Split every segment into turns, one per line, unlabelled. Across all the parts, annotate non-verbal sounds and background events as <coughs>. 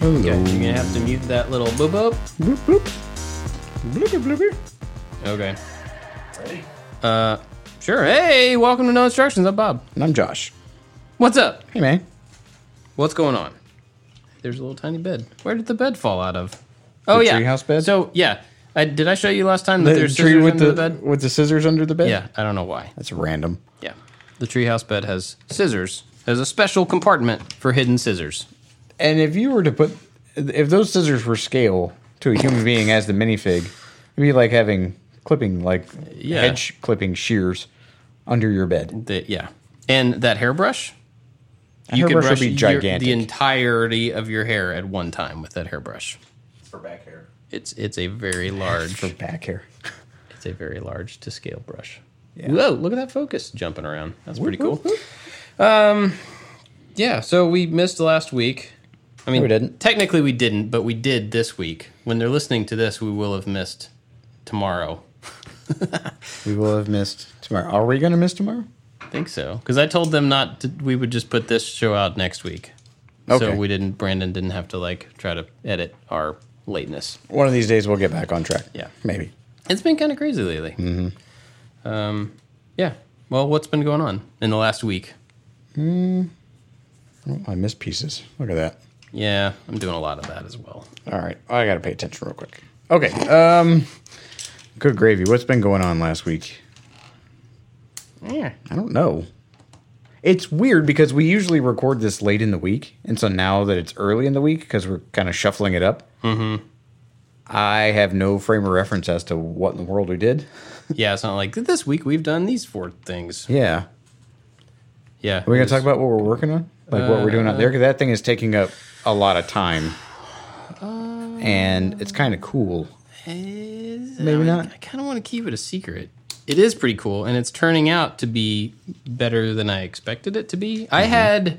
Yeah, you're gonna have to mute that little boop boop.
Bloop, bloop. Blooper, blooper.
Okay. Uh, sure. Hey, welcome to No Instructions. I'm Bob.
And I'm Josh.
What's up?
Hey, man.
What's going on? There's a little tiny bed. Where did the bed fall out of? Oh
The
yeah,
treehouse bed?
So yeah, I, did I show you last time that
The
there's
tree
scissors
with
under
the,
the, bed?
with the scissors under the bed.
Yeah, I don't know why.
that's random.
Yeah, the treehouse bed has scissors. There's a special compartment for hidden scissors.
And if you were to put, if those scissors were scale to a human being as the minifig, it'd be like having clipping, like
Yeah.
hedge clipping shears under your bed.
The, yeah, and that hairbrush.
A hairbrush would be
your-
gigantic.
the entirety of your hair at one time with that hairbrush.
for back hair.
It's it's a very large.
for back hair.
It's a very large to scale brush. Whoa, look at that focus jumping around. That's pretty cool. Um, yeah, so we missed last week. I mean,
we didn't.
technically we didn't, but we did this week. When they're listening to this, we will have missed tomorrow.
We will have missed tomorrow. Are we going to miss tomorrow?
I think so. Because I told them not to, we would just put this show out next week.
Okay.
So we didn't, Brandon didn't have to like try to edit our lateness.
One of these days we'll get back on track.
Yeah.
maybe.
It's been kind of crazy lately. Mm-hmm. Um, yeah. Well, what's been going on in the last week?
Oh, I missed pieces. Look at that.
Yeah, I'm doing a lot of that as well.
All right, I got to pay attention real quick. Okay. Um, good gravy. What's been going on last week?
Yeah.
I don't know. It's weird because we usually record this late in the week, and so now that it's early in the week, because we're kind of shuffling it up, mm-hmm. I have no frame of reference as to what in the world we did.
Yeah, it's not like this week we've done these four things.
Yeah,
Yeah.
are we gonna talk about what we're working on, like what we're doing out there? Because that thing is taking up a lot of time, and it's kind of cool.
Maybe
not.
I kind of want to keep it a secret. It is pretty cool, and it's turning out to be better than I expected it to be. I
Mm-hmm.
had, I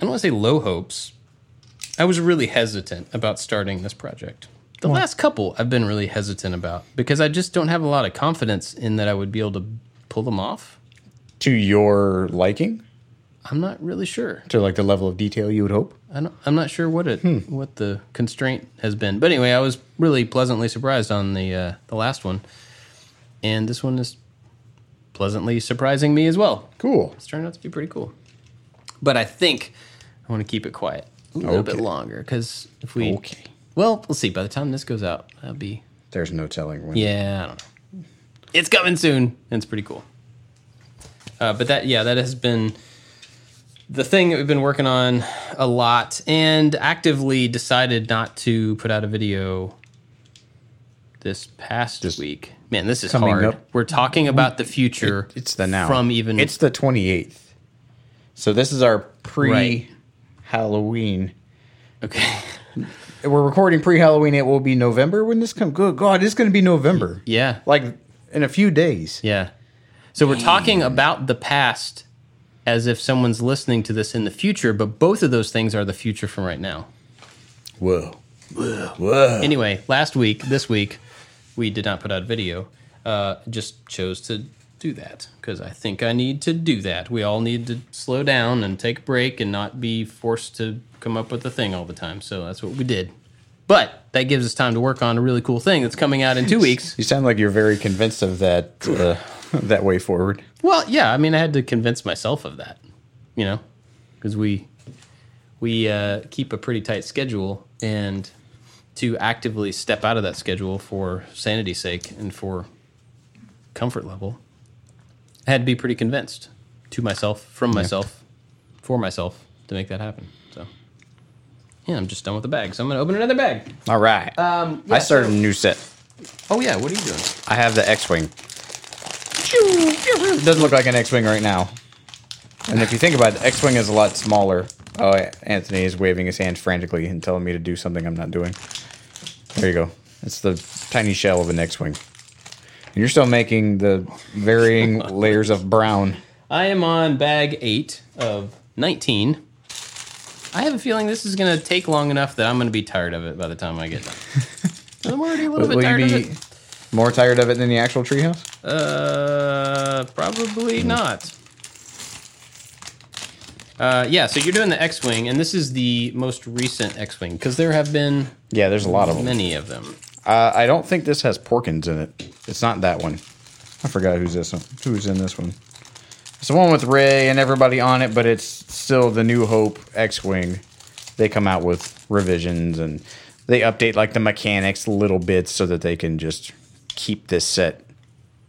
don't want to say low hopes. I was really hesitant about starting this project. The last couple I've been really hesitant about because I just don't have a lot of confidence in that I would be able to pull them off.
To your liking,
I'm not really sure.
to like the level of detail you would hope.
I don't, I'm not sure what it
Hmm.
what the constraint has been, but anyway, I was really pleasantly surprised on the uh, the last one, and this one is pleasantly surprising me as well.
Cool.
It's turned out to be pretty cool, but I think I want to keep it quiet a little bit
Okay.
longer because if we
Okay.
well, we'll see. By the time this goes out, I'll be
There's no telling when.
yeah, I don't know. It's coming soon, and it's pretty cool. Uh, but that, yeah, that has been the thing that we've been working on a lot, and actively decided not to put out a video this past week. Man, this is
Coming
hard.
up.
We're talking about the future.
It's the now.
from even
It's the 28th. So this is our pre
Right.
Halloween.
okay. <laughs>
We're recording pre Halloween. It will be November when this comes. Good God, it's going to be November.
Yeah,
Like in a few days.
yeah. So we're talking about the past as if someone's listening to this in the future, but both of those things are the future from right now.
Whoa. Whoa.
anyway, last week, this week, we did not put out a video. Uh, just chose to do that because I think I need to do that. We all need to slow down and take a break and not be forced to come up with a thing all the time. So that's what we did. But that gives us time to work on a really cool thing that's coming out in two weeks.
You sound like you're very convinced of that uh, <laughs> that way forward.
Well, yeah, I mean, I had to convince myself of that, you know, because we we uh, keep a pretty tight schedule, and to actively step out of that schedule for sanity's sake and for comfort level, I had to be pretty convinced to myself, from myself, for myself to make that happen. So, yeah, I'm just done with the bag, so I'm gonna open another bag.
All right.
Um, yeah,
I started a new set.
Oh yeah, what are you doing?
I have the X Wing. It doesn't look like an X Wing right now. And if you think about it, the X Wing is a lot smaller. Oh, Anthony is waving his hands frantically and telling me to do something I'm not doing. There you go. It's the tiny shell of an X Wing. And you're still making the varying layers of brown.
I am on bag eight of 19. I have a feeling this is going to take long enough that I'm going to be tired of it by the time I get done.
<laughs>
I'm already a little bit
Will
tired
you
of
be
it.
more tired of it than the actual treehouse?
Uh,
Hmm.
probably not. Uh, yeah, so you're doing the X-wing, and this is the most recent X-wing because there have been
Yeah, there's a lot of them.
many of them.
Uh, I don't think this has Porkins in it. It's not that one. I forgot who's this one. Who's in this one? It's the one with Ray and everybody on it, but it's still the New Hope X-wing. They come out with revisions and they update like the mechanics little bits so that they can just keep this set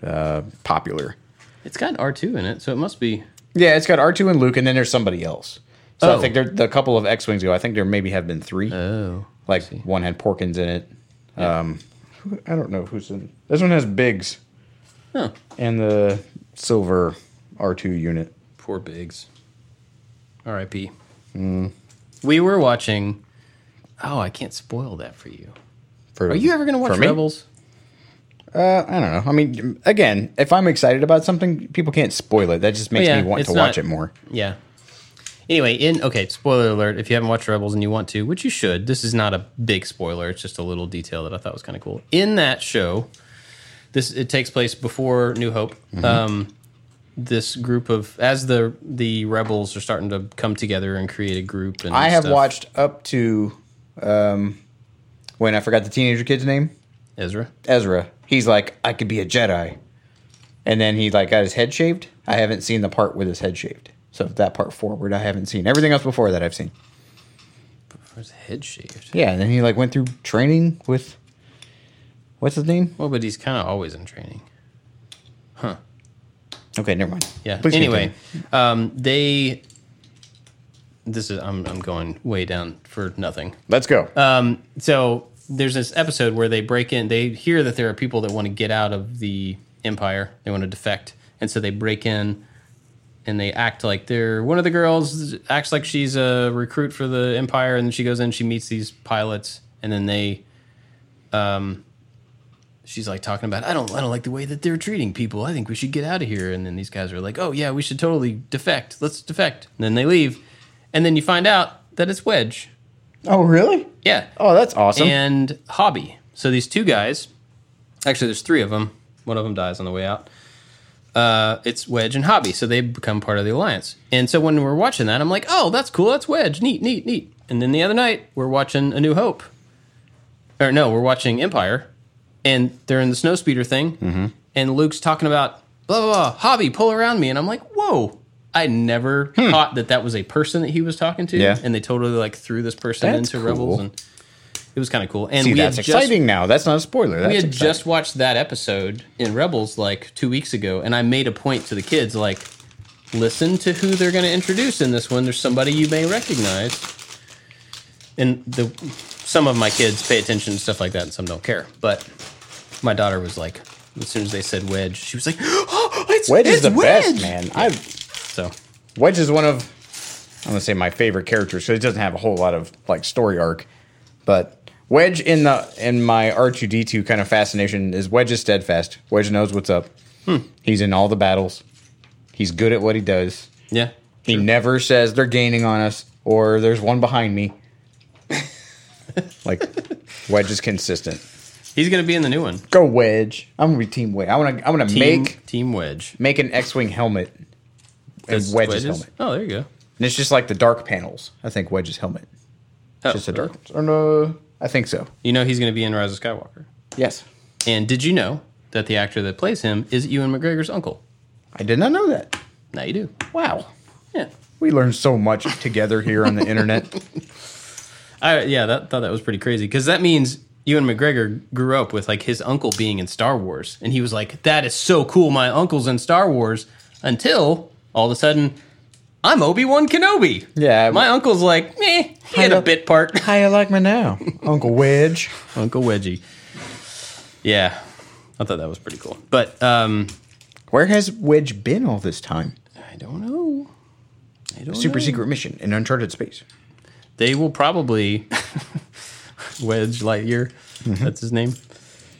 uh, popular.
It's got R2 in it, so it must be.
Yeah, it's got R two and Luke, and then there's somebody else. So
Oh.
I think there the couple of X wings go. I think there maybe have been three.
Oh,
like one had Porkins in it. Um, who- I don't know who's in. This one has Biggs
oh,
and the silver R two unit.
poor Biggs. R.I.P.
Hmm.
We were watching. Oh, I can't spoil that for you.
For,
Are you ever going to
for
watch
me?
Rebels?
Uh, I don't know. I mean, again, if I'm excited about something, people can't spoil it. That just makes
yeah,
me want
it's
to watch
not-
it more.
Yeah. Anyway, in okay, spoiler alert. If you haven't watched Rebels and you want to, which you should, this is not a big spoiler. It's just a little detail that I thought was kind of cool. In that show, this it takes place before New Hope. Um, this group of as the the rebels are starting to come together and create a group. And
I have
stuff.
watched up to um, when I forgot the teenager kid's name.
Ezra.
Ezra. He's like, I could be a Jedi. And then he like got his head shaved. I haven't seen the part with his head shaved. So that part forward, I haven't seen. Everything else before that, I've seen.
Where's the head shaved?
Yeah, and then he like went through training with what's his name?
Well, but he's kind of always in training.
Okay, never mind.
Yeah.
Please
anyway, um, they. This is I'm I'm going way down for nothing.
let's go.
Um, so there's this episode where they break in. They hear that there are people that want to get out of the empire. They want to defect, and so they break in and they act like they're one of the girls acts like she's a recruit for the empire, and she goes in. She meets these pilots, and then they. Um, She's like talking about, I don't, I don't like the way that they're treating people. I think we should get out of here. And then these guys are like, Oh yeah, we should totally defect. Let's defect. And then they leave, and then you find out that it's Wedge.
oh really?
Yeah
Oh, that's awesome.
and Hobby. So these two guys, actually, there's three of them. One of them dies on the way out. Uh, it's Wedge and Hobby, so they become part of the alliance. And so when we're watching that, I'm like, oh, that's cool. That's Wedge. Neat, neat, neat. And then the other night, we're watching A New Hope, or no, we're watching Empire, and they're in the snowspeeder thing,
Mm-hmm.
and Luke's talking about blah blah blah. Hobby, pull around me, and I'm like, whoa. I never thought that that was a person that he was talking to,
Hmm. Yeah.
and they totally like threw this person
That's
into
cool.
Rebels, and it was kind of cool. And
See,
we
that's
had just,
exciting now. That's not a spoiler. That's
We had
exciting.
just watched that episode in Rebels like two weeks ago, and I made a point to the kids like, listen to who they're going to introduce in this one. There's somebody you may recognize, and the some of my kids pay attention to stuff like that, and some don't care. But my daughter was like, as soon as they said Wedge, she was like, <gasps> oh, it's
Wedge is
it's
the
Wedge!"
best, man. I
So
Wedge is one of I'm gonna say my favorite characters because it doesn't have a whole lot of like story arc, but Wedge in the in my R2D2 kind of fascination is Wedge is steadfast. Wedge knows what's up. He's in all the battles. He's good at what he does.
yeah,
He never says they're gaining on us or there's one behind me. like Wedge is consistent.
he's going to be in the new one.
Go Wedge. I'm gonna be team Wedge. I wanna I wanna
Team,
make
Team Wedge.
make an X-wing helmet and
That's Wedge's?
Wedge's helmet.
Oh, there you go.
And it's just like the dark panels. I think Wedge's helmet.
Oh, uh,
just a
really?
dark. Or no, I think so.
You know he's going to be in Rise of Skywalker.
Yes,
And did you know that the actor that plays him is Ewan McGregor's uncle?
I did not know that.
Now you do.
Wow,
Yeah.
we learn so much <laughs> together here on the internet.
I yeah, that thought that was pretty crazy because that means Ewan McGregor grew up with like his uncle being in Star Wars, and he was like, "That is so cool, my uncle's in Star Wars." Until all of a sudden, I'm Obi Wan Kenobi.
Yeah.
my uncle's like, meh, he had
Hi,
a
Unc-
bit
<laughs>
part.
How you like me now, Uncle Wedge?
Uncle Wedgie. Yeah, I thought that was pretty cool. But um,
Where has Wedge been all this time?
I don't know. I don't
Super
know.
secret mission in uncharted space.
they will
<laughs>
probably Wedge Lightyear.
Mm-hmm.
That's his name.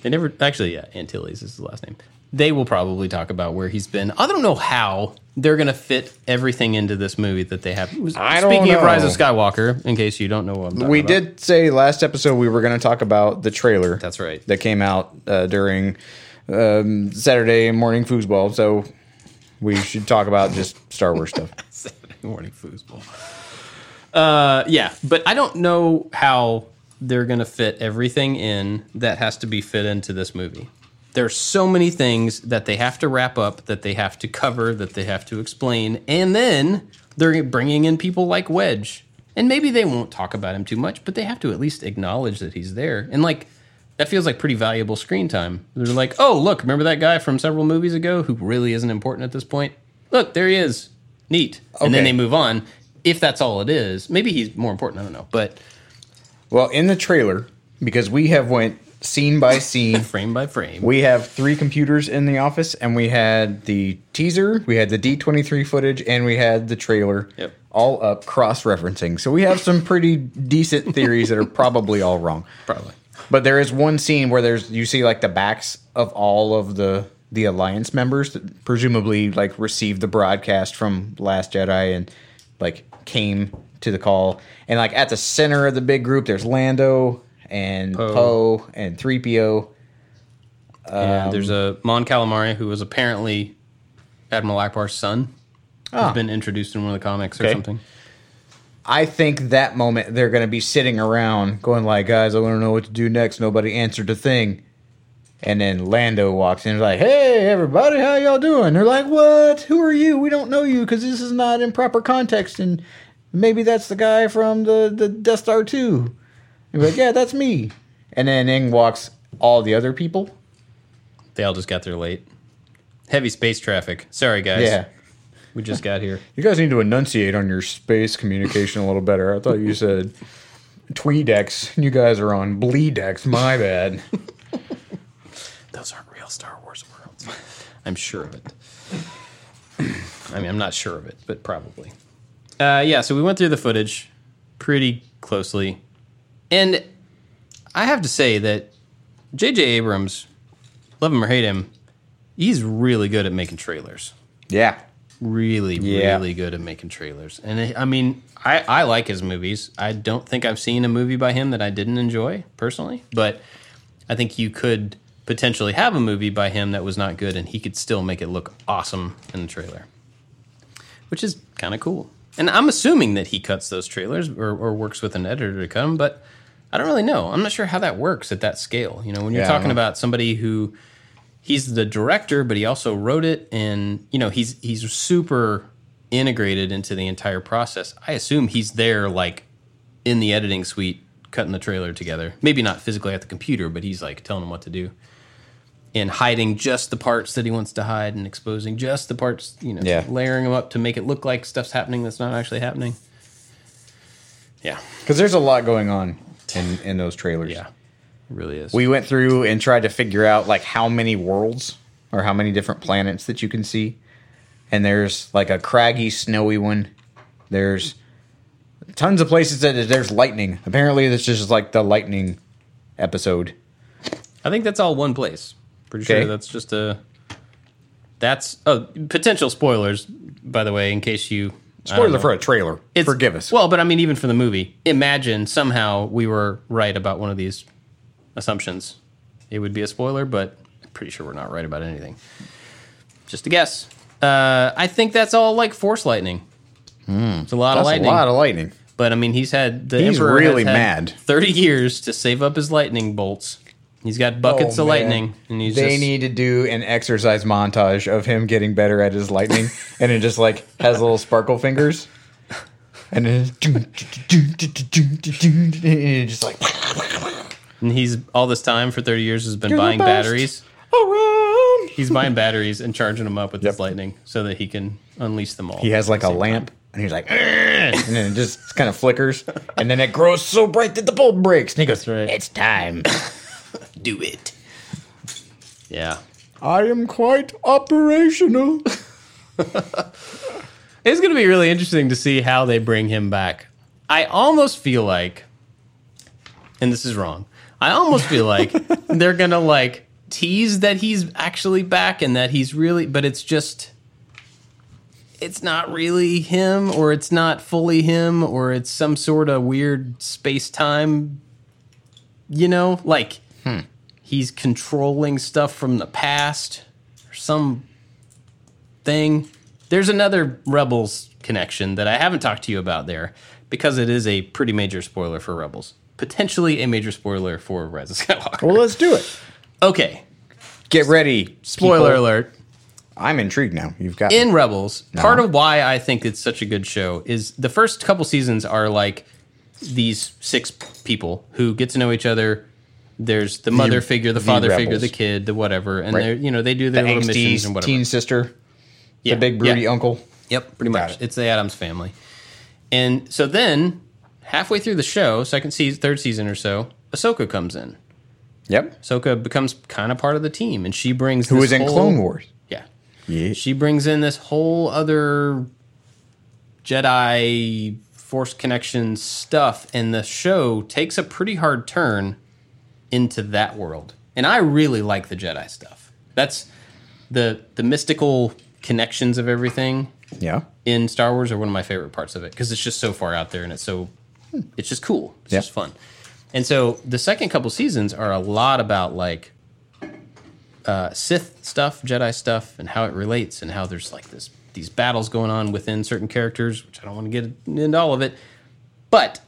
They never actually, yeah, Antilles is his last name. They will probably talk about where he's been. I don't know how they're going to fit everything into this movie that they have.
I don't
Speaking of Rise of
know.
Skywalker, in case you don't know what I'm talking
We
about.
did say last episode we were going to talk about the trailer.
That's right.
That came out uh, during um, Saturday morning foosball. So we should talk about just Star Wars stuff.
<laughs> morning foosball. Uh, yeah, but I don't know how they're going to fit everything in that has to be fit into this movie. There's so many things that they have to wrap up, that they have to cover, that they have to explain, and then they're bringing in people like Wedge, and maybe they won't talk about him too much, but they have to at least acknowledge that he's there, and like. That feels like pretty valuable screen time. They're like, oh, look, remember that guy from several movies ago who really isn't important at this point? Look, there he is. Neat. And then they
Okay.
move on. If that's all it is, maybe he's more important. I don't know. But
Well, in the trailer, because we have went scene
<laughs>
by scene,
frame by frame.
we have three computers in the office, and we had the teaser, we had the D23 footage, and we had the trailer
Yep.
all up cross-referencing. So we have some pretty decent theories that are probably all wrong.
<laughs> Probably.
But there is one scene where there's you see like the backs of all of the the alliance members that presumably like received the broadcast from Last Jedi and like came to the call. And like at the center of the big group there's Lando and Poe and 3PO. Um,
and there's a Mon Calamari who was apparently Admiral Akbar's son.
Ah.
Who's been introduced in one of the comics or
Okay.
something.
I think that moment they're going to be sitting around going like, "Guys, I want to know what to do next. Nobody answered a thing." And then Lando walks in and like, "Hey, everybody, how y'all doing?" They're like, "What? Who are you? We don't know you because this is not in proper context." And maybe that's the guy from the the Death Star two. And we're like, "Yeah, that's me." And then in walks all the other people.
They all just got there late. Heavy space traffic. Sorry, guys.
Yeah,
We just got here.
you guys need to enunciate on your space communication a little better. I thought <laughs> you said Tweedex. You guys are on Bleedex. My bad.
Those aren't real Star Wars worlds. <laughs> I'm sure of it. I mean, I'm not sure of it, but probably. Uh, yeah, so we went through the footage pretty closely. And I have to say that J.J. Abrams, love him or hate him, he's really good at making trailers.
Yeah.
Really,
Yeah.
really good at making trailers. And it, I mean, I, I like his movies. I don't think I've seen a movie by him that I didn't enjoy personally, but I think you could potentially have a movie by him that was not good and he could still make it look awesome in the trailer, which is kind of cool. And I'm assuming that he cuts those trailers or, or works with an editor to cut 'em, but I don't really know. I'm not sure how that works at that scale. You know, when you're
Yeah, I
talking
don't know.
about somebody who he's the director, but he also wrote it, and you know he's he's super integrated into the entire process. I assume he's there, like in the editing suite, cutting the trailer together. Maybe not physically at the computer, but he's like telling him what to do and hiding just the parts that he wants to hide and exposing just the parts, you know,
Yeah.
layering them up to make it look like stuff's happening that's not actually happening. Yeah,
Because there's a lot going on in, in those trailers.
yeah, it really is.
We went through and tried to figure out like how many worlds or how many different planets that you can see. And there's like a craggy, snowy one. There's tons of places that there's lightning. Apparently, this is just like the lightning episode.
I think that's all one place. Pretty sure
Okay.
that's just a. That's oh potential spoilers, by the way, in case you I don't
Spoiler
know.
for a trailer.
It's-
Forgive us.
Well, but I mean, even for the movie, imagine somehow we were right about one of these assumptions. It would be a spoiler, but I'm pretty sure we're not right about anything. Just a guess. Uh, I think that's all like force lightning. It's a lot
Hmm. That's
of lightning.
a lot of lightning.
But I mean, he's had the
He's
emperor has
really
had
mad.
Thirty years to save up his lightning bolts. He's got buckets
Oh,
of
man.
lightning, and he's
they
just,
need to do an exercise montage of him getting better at
<laughs>
his lightning, and it just like has little sparkle fingers, and then it's and it's just like <laughs>
and he's all this time for thirty years has been
the
buying
best.
batteries.
around.
He's buying
<laughs>
batteries and charging them up with his
Yep.
lightning so that he can unleash them all.
He has like a lamp, and he's like, "Ugh," and then it just kind of flickers, and then it grows so bright that the bulb breaks, and he goes,
right. <coughs>
"It's time."
do it. Yeah,
I am quite operational.
it's going to be really interesting to see how they bring him back. I almost feel like, and this is wrong. I almost feel like they're going to like tease that he's actually back and that he's really, but it's just. It's not really him, or it's not fully him, or it's some sort of weird space time, you know? Like, he's controlling stuff from the past or some thing. There's another Rebels connection that I haven't talked to you about there because it is a pretty major spoiler for Rebels. Potentially a major spoiler for Rise of Skywalker.
Well, let's do it.
Okay,
Get ready.
spoiler
people.
alert.
I'm intrigued now. You've got.
in Rebels, part
Uh-huh.
of why I think it's such a good show is the first couple seasons are like these six people who get to know each other. There's the mother figure, the,
the
father figure,
rebels.
the kid, the whatever, and
Right.
they're you know they do
the
their little missions and
angsty
whatever.
teen sister,
yeah.
the big broody
yeah.
uncle.
Yep, pretty
Got
much.
it.
It's the Adams family. And so then, halfway through the show, second season, third season or so, Ahsoka comes in.
Yep.
Ahsoka becomes kind of part of the team, and she brings
Who
this
was in
whole-
Clone Wars?
Yeah,
Yeah.
she brings in this whole other Jedi Force connection stuff, and the show takes a pretty hard turn into that world. And I really like the Jedi stuff. That's the the mystical connections of everything
Yeah.
in Star Wars are one of my favorite parts of it because it's just so far out there and it's so it's just cool. It's
Yeah.
just fun. And so the second couple seasons are a lot about like uh, Sith stuff, Jedi stuff, and how it relates and how there's like this these battles going on within certain characters, which I don't want to get into all of it, but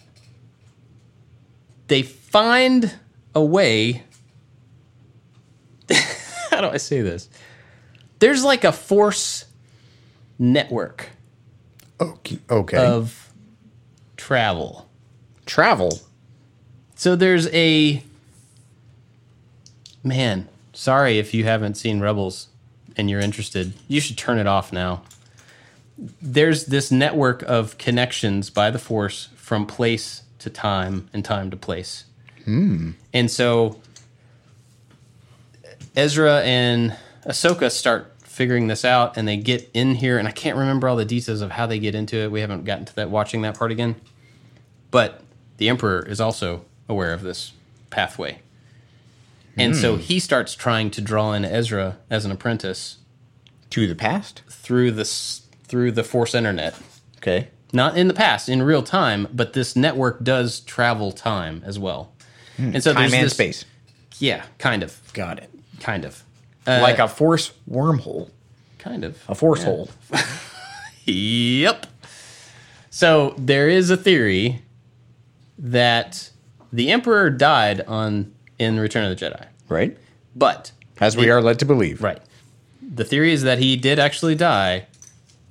they find a way. <laughs> how do I say this? There's like a force network
Okay. Okay.
of travel.
Travel.
So there's a man. Sorry if you haven't seen Rebels and you're interested. You should turn it off now. There's this network of connections by the Force from place to time and time to place.
Hmm.
And so Ezra and Ahsoka start figuring this out and they get in here. And I can't remember all the details of how they get into it. We haven't gotten to that watching that part again. But the Emperor is also aware of this pathway. And so
Hmm.
he starts trying to draw in Ezra as an apprentice
To the past.
through this through the Force Internet.
Okay.
Not in the past, in real time, but this network does travel time as well. and so
Hmm. Time
there's
and
this,
space.
Yeah, kind of.
Got it. Uh,
Kind of. Uh,
like a force wormhole.
Kind of.
A force hole.
Yep. So there is a theory that the Emperor died on in Return of the Jedi,
Right.
but
As we are led to believe.
right, the theory is that he did actually die,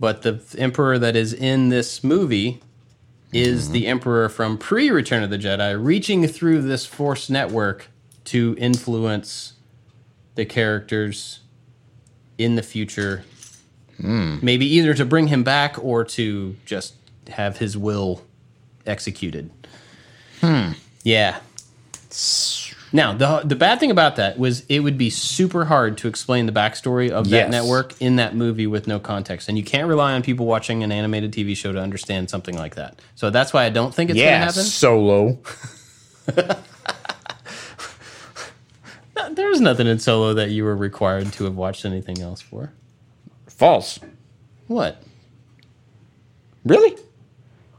but the Emperor that is in this movie is the Emperor from pre-Return of the Jedi, reaching through this Force network to influence the characters in the future. Maybe either to bring him back or to just have his will executed. Hmm. Yeah. Now the the bad thing about that was it would be super hard to explain the backstory of that
Yes.
network in that movie with no context, and you can't rely on people watching an animated TV show to understand something like that. So that's why I don't think it's
Yeah.
going to
Solo.
happen. There was nothing in Solo that you were required to have watched anything else for.
False.
What?
Really?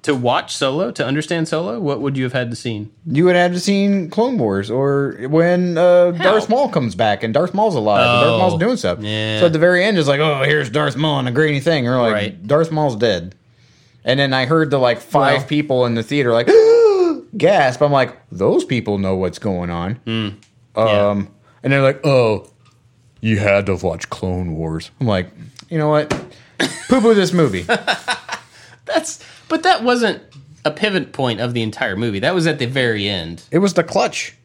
to watch Solo, to understand Solo, what would you have had to seen?
You would have seen Clone Wars or when uh, Darth Maul comes back and Darth Maul's alive and
Oh.
Darth Maul's doing stuff.
Yeah.
So at the very end, it's like, oh, here's Darth Maul and a grainy thing. Or like,
Right.
Darth Maul's dead. And then I heard the like five
Well-
people in the theater like <gasps> gasp. I'm like, those people know what's going on.
Hmm. Yeah.
Um, And they're like, oh, you had to watch Clone Wars. I'm like, you
<coughs>
know what? Poo poo this movie.
That's but that wasn't a pivot point of the entire movie. That was at the very end.
it was the clutch.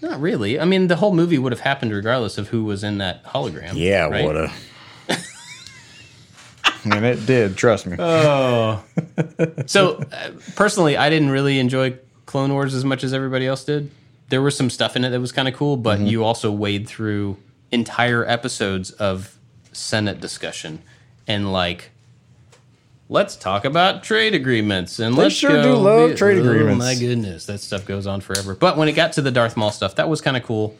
Not really. I mean, the whole movie would have happened regardless of who was in that hologram. right? <laughs>
woulda. and it did, trust me. <laughs>
So, uh, personally, I didn't really enjoy Clone Wars as much as everybody else did. There was some stuff in it that was kind of cool, but
Mm-hmm.
you also wade through entire episodes of Senate discussion and like, let's talk about trade agreements and let's
sure do
go
love
be-
trade agreements.
Oh my goodness, that stuff goes on forever. But when it got to the Darth Maul stuff, that was kind of cool.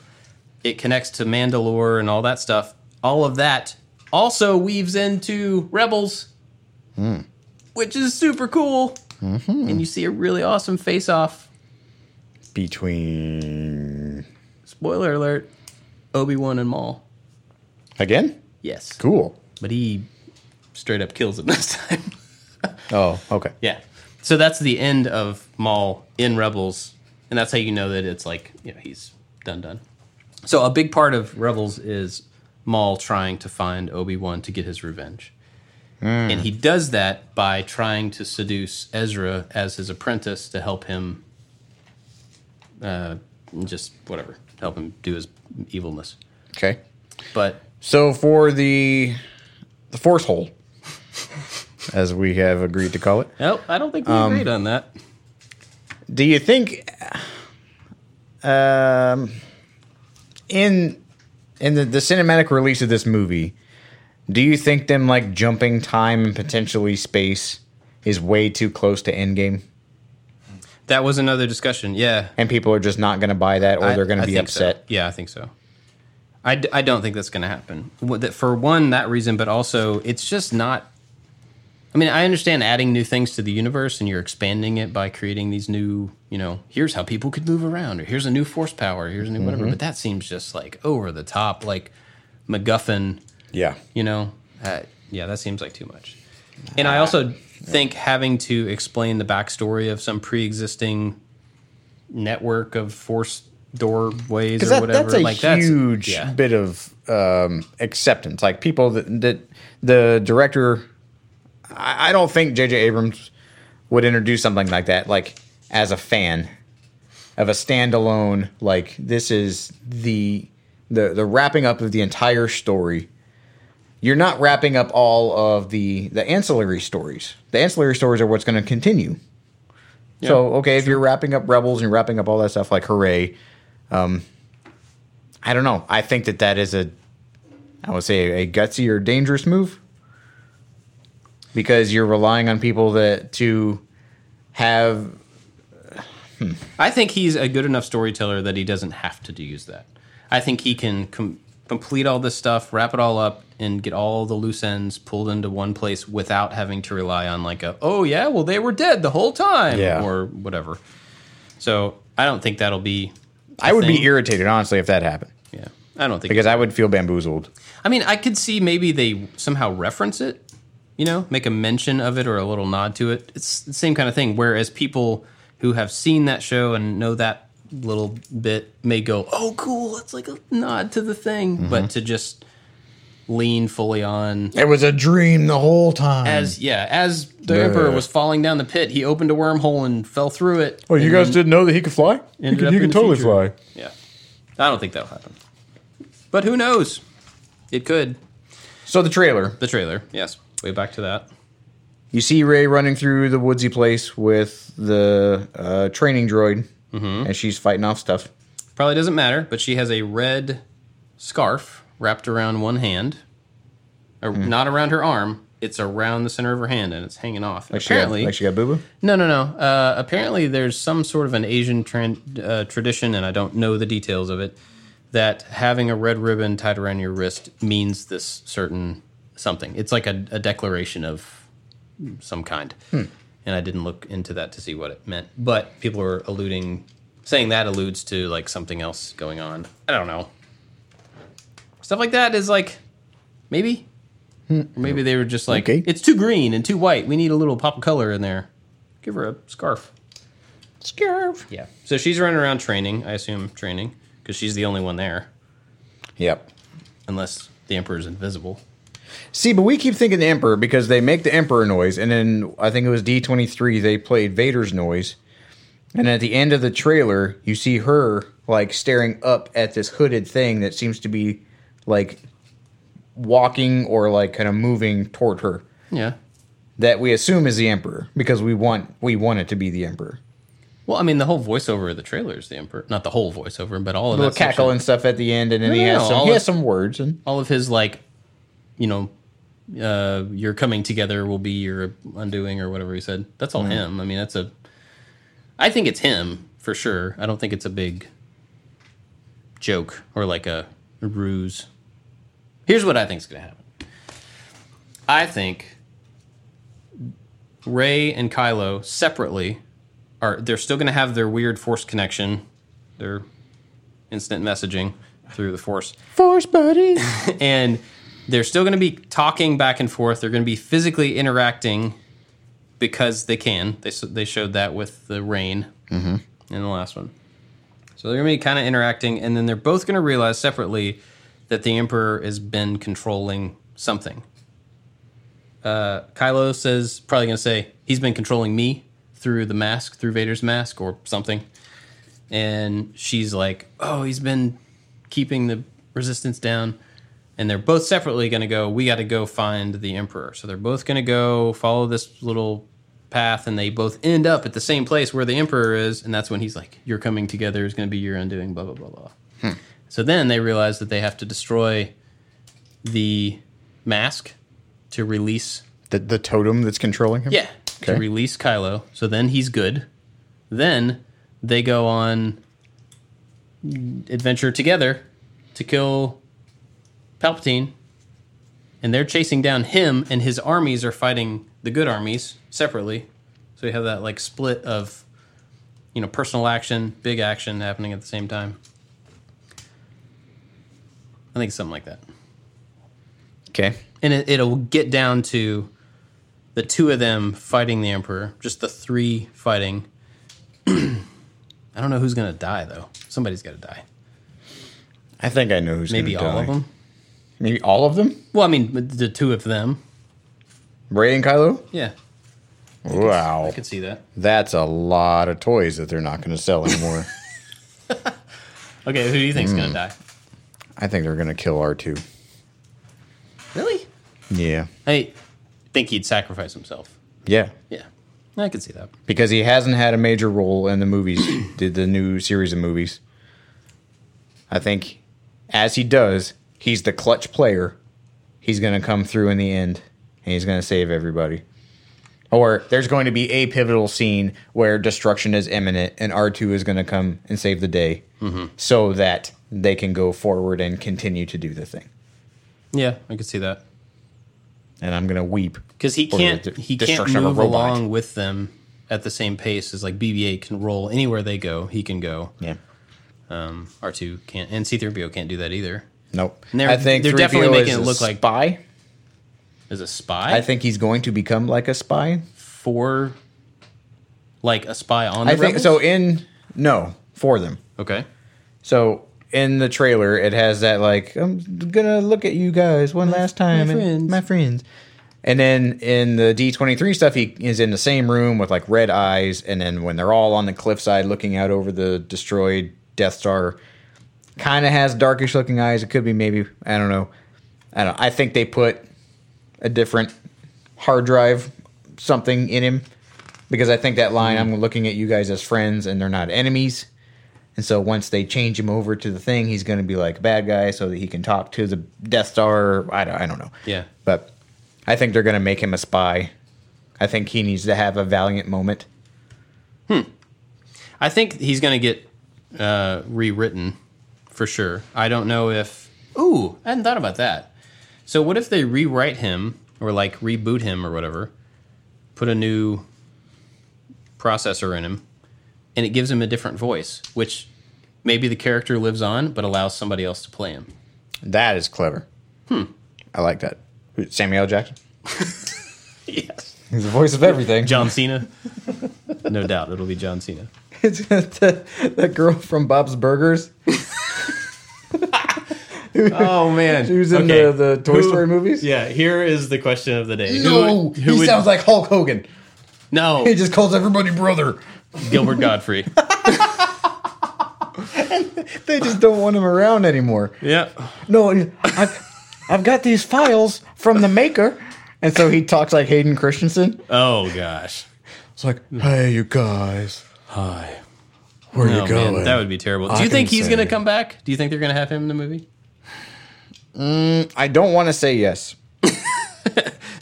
It connects to Mandalore and all that stuff. All of that also weaves into Rebels which is super cool. And you see a really awesome face off.
Between
Spoiler alert Obi Wan and Maul.
again,
Yes.
cool.
But he straight up kills him <laughs> this time.
Oh, okay.
yeah. So that's the end of Maul in Rebels, and that's how you know that it's like you know he's done done. So a big part of Rebels is Maul trying to find Obi Wan to get his revenge. And he does that by trying to seduce Ezra as his apprentice to help him, uh, just whatever, help him do his evilness.
Okay.
But
So for the the force hole, as we have agreed to call it,
no, I don't think we agreed on that.
do you think um, in in the, the cinematic release of this movie, do you think them like jumping time and potentially space is way too close to Endgame?
That was another discussion. Yeah,
And people are just not going to buy that, or
I-
they're going
I
to be
think so.
upset.
Yeah, I think so. I, d- I don't think that's going to happen. Wh- that- For one, that reason, but also it's just not. I mean, I understand adding new things to the universe and you're expanding it by creating these new, you know, here's how people could move around, or here's a new force power, here's a new whatever. But that seems just like over the top, like MacGuffin,
Yeah.
you know? Uh, yeah, that seems like too much. And
Uh,
I also think having to explain the backstory of some pre existing network of force doorways or
Because that,
whatever.
that's a
like
huge
that's, yeah.
bit of um, acceptance. Like people that, that the director, I, I don't think J.J. Abrams would introduce something like that. Like as a fan of a standalone, like this is the the the wrapping up of the entire story. You're not wrapping up all of the the ancillary stories. The ancillary stories are what's going to continue. So okay, if you're wrapping up Rebels and you're wrapping up all that stuff, like hooray. I don't know. I think that that is a, I would say a gutsy or dangerous move because you're relying on people that to have.
I think he's a good enough storyteller that he doesn't have to do- use that. I think he can com- complete all this stuff, wrap it all up, and get all the loose ends pulled into one place without having to rely on like a oh yeah, well they were dead the whole time
Yeah.
or whatever. So I don't think that'll be.
I would
thing.
be irritated honestly if that happened
Yeah, I don't think
because I would feel bamboozled.
I mean, I could see maybe they somehow reference it, you know, make a mention of it or a little nod to it. It's the same kind of thing. Whereas people who have seen that show and know that little bit may go, "Oh, cool! It's like a nod to the thing,"
Mm-hmm.
but to just lean fully on
It was a dream the whole time.
as yeah, as the
Yeah.
emperor was falling down the pit, he opened a wormhole and fell through it.
well, you guys didn't know that he could fly. You
ended
can,
up
you
in
can
the
totally
future.
fly.
Yeah, I don't think that'll happen, but who knows? It could.
So the trailer,
The trailer, yes. Way back to that.
you see Ray running through the woodsy place with the uh, training droid,
Mm-hmm.
and she's fighting off stuff.
Probably doesn't matter, but she has a red scarf wrapped around one hand, or
Hmm.
not around her arm. It's around the center of her hand, and it's hanging off.
Like she
apparently,
got, like she got boo boo.
no, no, no. Uh, apparently, there's some sort of an Asian tran uh, tradition, and I don't know the details of it. That having a red ribbon tied around your wrist means this certain something. It's like a, a declaration of some kind. And I didn't look into that to see what it meant, but people were alluding, saying that alludes to like something else going on. I don't know. Stuff like that is like maybe, or maybe they were just like
Okay.
it's too green and too white. We need a little pop of color in there. Give her a scarf.
Scarf.
Yeah. So she's running around training. I assume training because she's the only one there,
Yep.
unless the emperor's invisible.
See, but we keep thinking the Emperor because they make the Emperor noise, and then I think it was D twenty three. They played Vader's noise, and at the end of the trailer, you see her like staring up at this hooded thing that seems to be like walking or like kind of moving toward her.
Yeah.
That we assume is the Emperor because we want we want it to be the Emperor.
Well, I mean, the whole voiceover of the trailer is the emperor. Not the whole voiceover, but all of
Little
that section.
cackle and stuff at the end, and then
No,
he
no,
has
no,
some
all
he
of-
has some words and
all of his like, you know, uh, your coming together will be your undoing or whatever he said. That's all him. I mean, that's a. I think it's him for sure. I don't think it's a big joke or like a ruse. Here's what I think's going to happen. I think Ray and Kylo separately are they're still going to have their weird force connection, their instant messaging through the force
force buddy.
and they're still going to be talking back and forth. They're going to be physically interacting because they can. They s- they showed that with the rain in the last one. So they're going to be kind of interacting, and then they're both going to realize separately that the Emperor has been controlling something. Uh, Kylo says probably going to say he's been controlling me through the mask, through Vader's mask or something. And she's like, "Oh, he's been keeping the resistance down." and they're both separately going to go we got to go find the emperor so they're both going to go follow this little path and they both end up at the same place where the emperor is and that's when he's like you're coming together is going to be your undoing blah blah blah blah so then they realize that they have to destroy the mask to release
<laughs> The, the totem that's controlling him?
yeah to
Okay.
release kylo so then he's good then they go on adventure together to kill Palpatine, and they're chasing down him, and his armies are fighting the good armies separately. So you have that like split of, you know, personal action, big action happening at the same time. I think it's something like that,
Okay.
and it, it'll get down to the two of them fighting the Emperor, just the three fighting. <clears throat> I don't know who's gonna die though. Somebody's got to die.
I think I know who's
Maybe
gonna
all
die.
of them.
Maybe all of them?
Well, I mean, the two of them.
Ray and Kylo?
Yeah, I
Wow.
could see that.
That's a lot of toys that they're not going to
<laughs>
sell anymore.
Okay, who do you think's
Hmm.
gonna die?
I think they're going to kill R2.
Really?
Yeah.
I think he'd sacrifice himself.
Yeah.
Yeah, I could see that.
Because he hasn't had a major role in
<clears throat>
the movies, the, the new series of movies. I think as he does, he's the clutch player. He's going to come through in the end and he's going to save everybody. Or there's going to be a pivotal scene where destruction is imminent and R2 is going to come and save the day
Mm-hmm.
so that they can go forward and continue to do the thing.
Yeah, I could see that
And I'm going to weep.
because he
Or
can't
the de-
he can't
destruction of a
move
robot.
along with them at the same pace as like BB-8 can roll anywhere they go. He can go.
Yeah.
R2 can't, and C-3PO can't do that either.
Nope.
And they're-
I think
they're definitely
3PO
making
is
it
a
look like-
spy.
As a spy
I think he's going to become like a spy.
for like a spy on the
I think
rebels?
so. In no for them.
Okay.
So in the trailer, it has that like I'm gonna look at you guys one last time, and-
friends.
my friends. And then in the D23 stuff, he is in the same room with like red eyes. And then when they're all on the cliffside looking out over the destroyed Death Star, kind of has darkish looking eyes. It could be maybe I don't know. I don't. I think they put a different hard drive something in him because I think that line I'm looking at you guys as friends and they're not enemies. And so once they change him over to the thing, he's going to be like a bad guy so that he can talk to the Death Star. I don't, I don't know.
Yeah.
But I think they're going to make him a spy. I think he needs to have a valiant moment.
I think he's going to get uh, rewritten for sure. I don't know if. Ooh, I hadn't thought about that. So what if they rewrite him or like reboot him or whatever, put a new processor in him, and it gives him a different voice, which maybe the character lives on but allows somebody else to play him.
<laughs> That is clever. Hmm. I like that. Samuel L. Jackson.
Yes.
He's the voice of everything.
<laughs> John Cena. no doubt it'll be John Cena.
It's the, <laughs> the girl from Bob's Burgers.
Oh man.
She was in the- the Toy Story movies?
Yeah, here is the question of the day.
No,
who, who
he
would,
sounds like Hulk Hogan.
No.
<laughs> He just calls everybody brother.
Gilbert Godfrey.
They just don't want him around anymore.
<laughs> yeah.
No, I've, I've got these files from the maker. And so he talks like Hayden Christensen.
Oh gosh.
It's like, hey, you guys,
Hi.
where
Oh man, that would be terrible. Do
I
you think
can
he's going to
say-
come back? Do you think they're going to have him in the movie?
I don't want to say yes.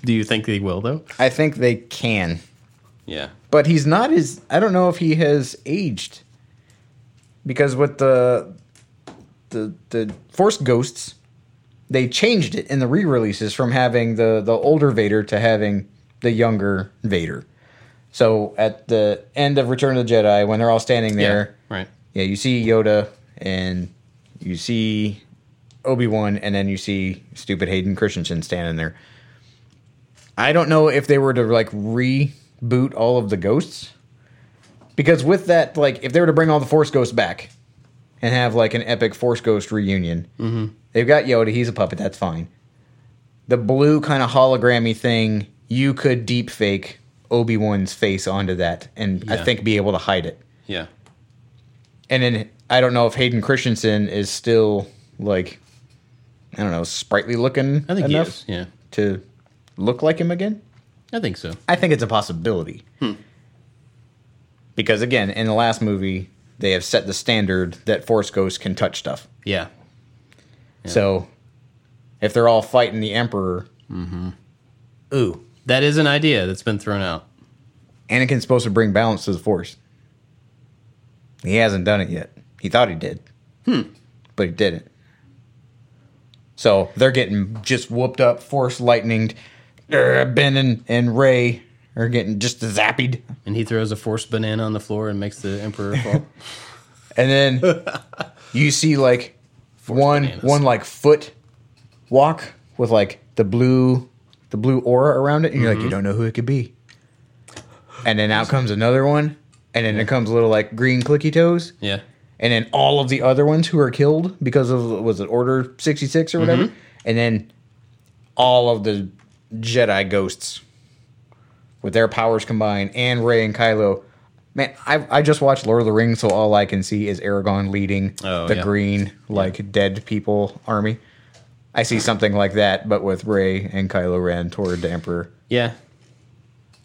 Do you think they will though?
I think they can.
Yeah.
But he's not as, I don't know if he has aged. Because with the, the, the Force Ghosts, they changed it in the re-releases from having the the older Vader to having the younger Vader. So at the end of Return of the Jedi, when they're all standing there,
Yeah. Right.
yeah, you see Yoda and you see Obi Wan, and then you see stupid Hayden Christensen standing there. I don't know if they were to like reboot all of the ghosts, because with that, like if they were to bring all the Force ghosts back and have like an epic Force ghost reunion, they've got Yoda. He's a puppet. That's fine. The blue kind of hologrammy thing, you could deep fake Obi Wan's face onto that, and I
Yeah.
think be able to hide it
Yeah.
and then I don't know if Hayden Christensen is still like I don't know sprightly looking
I think
enough
he is. Yeah.
to look like him again.
I think so.
I think it's a possibility because again, in the last movie, they have set the standard that Force Ghosts can touch stuff.
Yeah.
So if they're all fighting the Emperor,
Mm-hmm.
ooh,
That is an idea that's been thrown out.
Anakin's supposed to bring balance to the Force. He hasn't done it yet. He thought he did, but he didn't. So they're getting just whooped up, Force lightninged. Er, Ben and, and Ray are getting just zappied,
And he throws a forced banana on the floor and makes the emperor <laughs> fall.
and then you see like one
bananas.
one like foot walk with like the blue the blue aura around it, and you're like, you don't know who it could be. And then out comes another one, and then it comes little like green clicky toes.
yeah.
and then all of the other ones who are killed because of was it Order sixty six or whatever, and then all of the Jedi ghosts with their powers combined and Ray and Kylo. Man, I I just watched Lord of the Rings, so all I can see is Aragon leading
Oh,
the
yeah.
green like dead people army. I see something like that, but with Ray and Kylo Ren toward the Emperor.
Yeah.